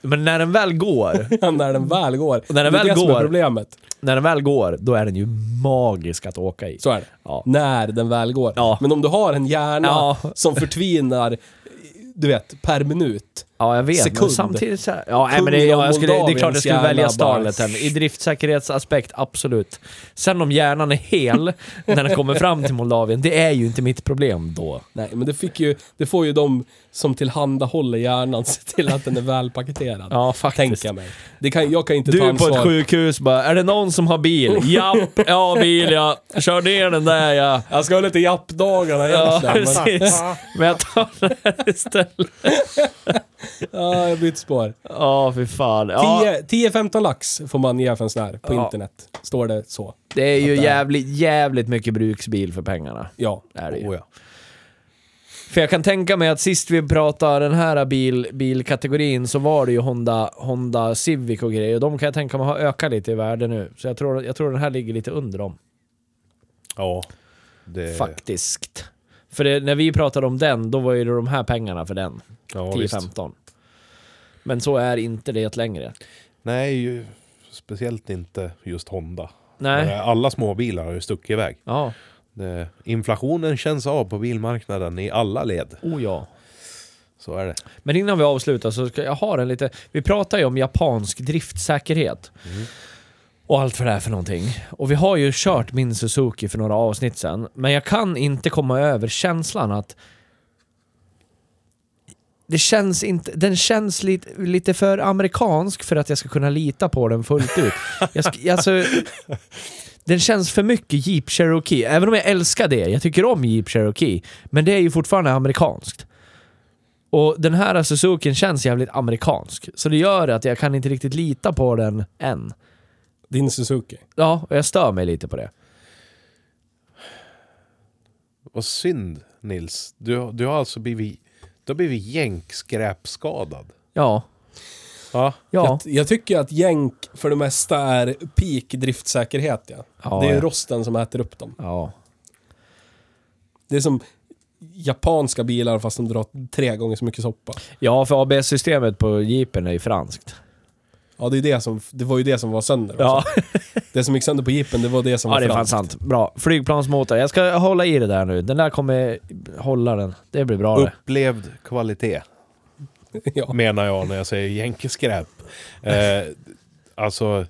Men när den väl går, när den väl går. Mm. när den det är väl det som är går- problemet. när den väl går, då är den ju magisk att åka i. Så är det. Ja. När den väl går. Ja. Men om du har en hjärna Ja. som förtvinar, du vet, per minut. Ja, jag vet. Men Sekund. samtidigt så här, ja, nej, Kungen men det, ja, av jag skulle, det är klart jag skulle Moldaviens välja jävla Starlet. bara- här. I driftsäkerhetsaspekt, absolut. Sen om hjärnan är hel när den kommer fram till Moldavien, det är ju inte mitt problem då. Nej, men det, fick ju, det får ju de som tillhandahåller hjärnan se till att den är välpaketerad. Ja, faktiskt. tänker jag mig. Det kan, jag kan inte ta Du på ansvar. ett sjukhus bara, är det någon som har bil? Japp, jag har bil ja. Kör ner den där ja. Jag ska ha lite jappdagarna Ja, egentligen. men, precis. Men jag tar den här istället. ja, jag byter spår. Ja, fy fan. Ja, 10 10-15 lax får man ge för en sån här på Ja. internet. Står det så. det är ju jävligt, jävligt mycket bruksbil för pengarna. Ja. Är det ju. Oh, ja. För jag kan tänka mig att sist vi pratade den här bil, bilkategorin så var det ju Honda, Honda Civic och grejer. Och de kan jag tänka mig har ökat lite i värde nu. Så jag tror, jag tror den här ligger lite under dem. ja. Eh. Det, Faktiskt. För det, när vi pratade om den, då var ju det de här pengarna för den. Ja, visst. 10-15. Men så är inte det längre. Nej, ju, speciellt inte just Honda. Eh, Nej. Alla småbilar har ju stuckit iväg. Ja. Det, inflationen känns av på bilmarknaden i alla led. Oh ja. Så är det. Men innan vi avslutar så ska jag ha en lite... Vi pratar ju om japansk driftsäkerhet. Och allt för det här för någonting. Och vi har ju kört min Suzuki för några avsnitt sen. Men jag kan inte komma över känslan att... Det känns inte, den känns lite, lite för amerikansk för att jag ska kunna lita på den fullt ut. Jag sk, alltså, den känns för mycket Jeep Cherokee. Även om jag älskar det, jag tycker om Jeep Cherokee. Men det är ju fortfarande amerikanskt. Och den här Suzuki känns jävligt amerikansk. Så det gör att jag kan inte riktigt lita på den än. Din Suzuki. Ja, och jag stör mig lite på det. Vad synd Nils. Du, du har alltså blivit, du har blivit jänkskräpskadad. Ja, Ja. ja. Jag, jag tycker att jänk för det mesta är peak driftsäkerhet. Ja. Ja, det är ja. rosten som äter upp dem. ja. Det är som japanska bilar fast de drar tre gånger så mycket soppa. Ja, för ABS-systemet på Jeepen är ju franskt. Ja, det, är det, som, det var ju det som var sönder. också. Ja, Det som gick sönder på jeepen, det var det som ja var Alltså, det är fan franskt. sant. Bra. Flygplansmotor. Jag ska hålla i det där nu. Den där kommer hålla den. Det blir bra det. Upplevd kvalitet. Ja. menar jag när jag säger jänkeskräp. Eh, alltså,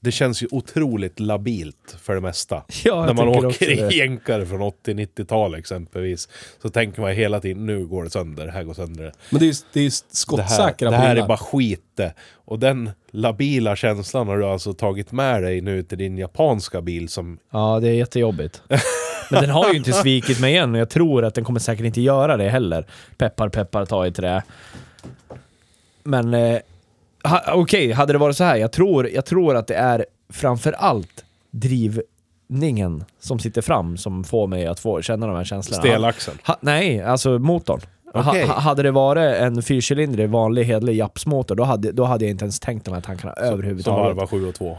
det känns ju otroligt labilt för det mesta. Ja, jag när man tycker också åker det. i jänkare från 80-90-tal exempelvis, så tänker man hela tiden nu går det sönder, här går sönder det. Men det är ju, det är ju Det här, skottsäkra det här är bilar. bara skit det. Och den labila känslan har du alltså tagit med dig nu till din japanska bil som... Ja, det är jättejobbigt. Men den har ju inte svikit mig än och jag tror att den kommer säkert inte göra det heller. Peppar, peppar, ta i trä. Men eh, ha- okej, hade det varit så här. Jag tror, jag tror att det är framför allt drivningen som sitter fram som får mig att få känna de här känslorna. Stelaxeln. Ha, nej, alltså motorn. Okej. Ha, ha- hade det varit en fyrcylindrig vanlig hederlig japsmotor då hade, då hade jag inte ens tänkt de här tankarna Som överhuvudtaget. varvar 7 och 2.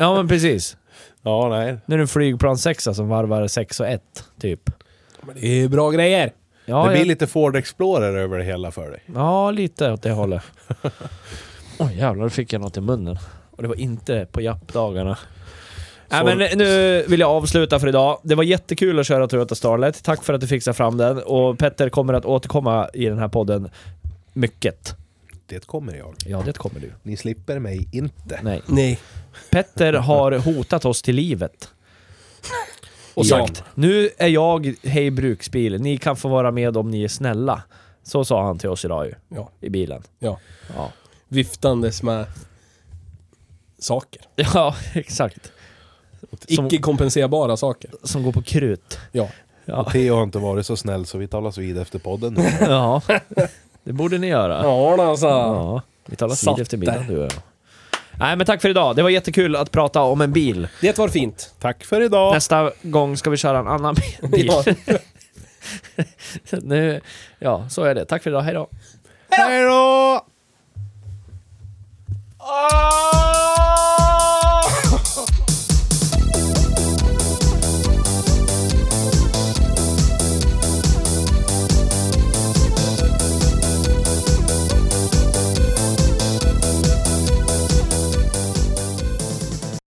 Ja men precis. Ja, nej. Nu är det en flygplan 6 som varvar 6 och 1, typ. Men det är bra grejer. Ja, det blir jag- lite Ford Explorer över det hela för dig. ja, lite åt det hållet. Oj jävlar, då fick jag något i munnen. Och det var inte på jappdagarna. Nej, Så- men eh, nu vill jag avsluta för idag. Det var jättekul att köra Toyota Starlet. Tack för att du fixade fram den. Och Petter kommer att återkomma i den här podden. Mycket. Det kommer jag. Ja, det kommer du. Ni slipper mig inte. Nej. Nej. Petter har hotat oss till livet. Och Ja. sagt, nu är jag Hej Bruksbil, ni kan få vara med om ni är snälla. Så sa han till oss idag ju, Ja. i bilen. ja. Ja, Viftandes med saker. ja exakt. Som- Icke kompenserbara saker. Som går på krut. Ja. Ja. Theo har inte varit så snäll så vi talas vid efter podden. ja, det borde ni göra. Ja, alltså. Ja, vi talas Satt vid efter middagen där. du och jag. Nej men tack för idag, det var jättekul att prata om en bil. Det var fint. Tack för idag! Nästa gång ska vi köra en annan bil. Ja. nu, ja, så är det. Tack för idag, hejdå. Hej då!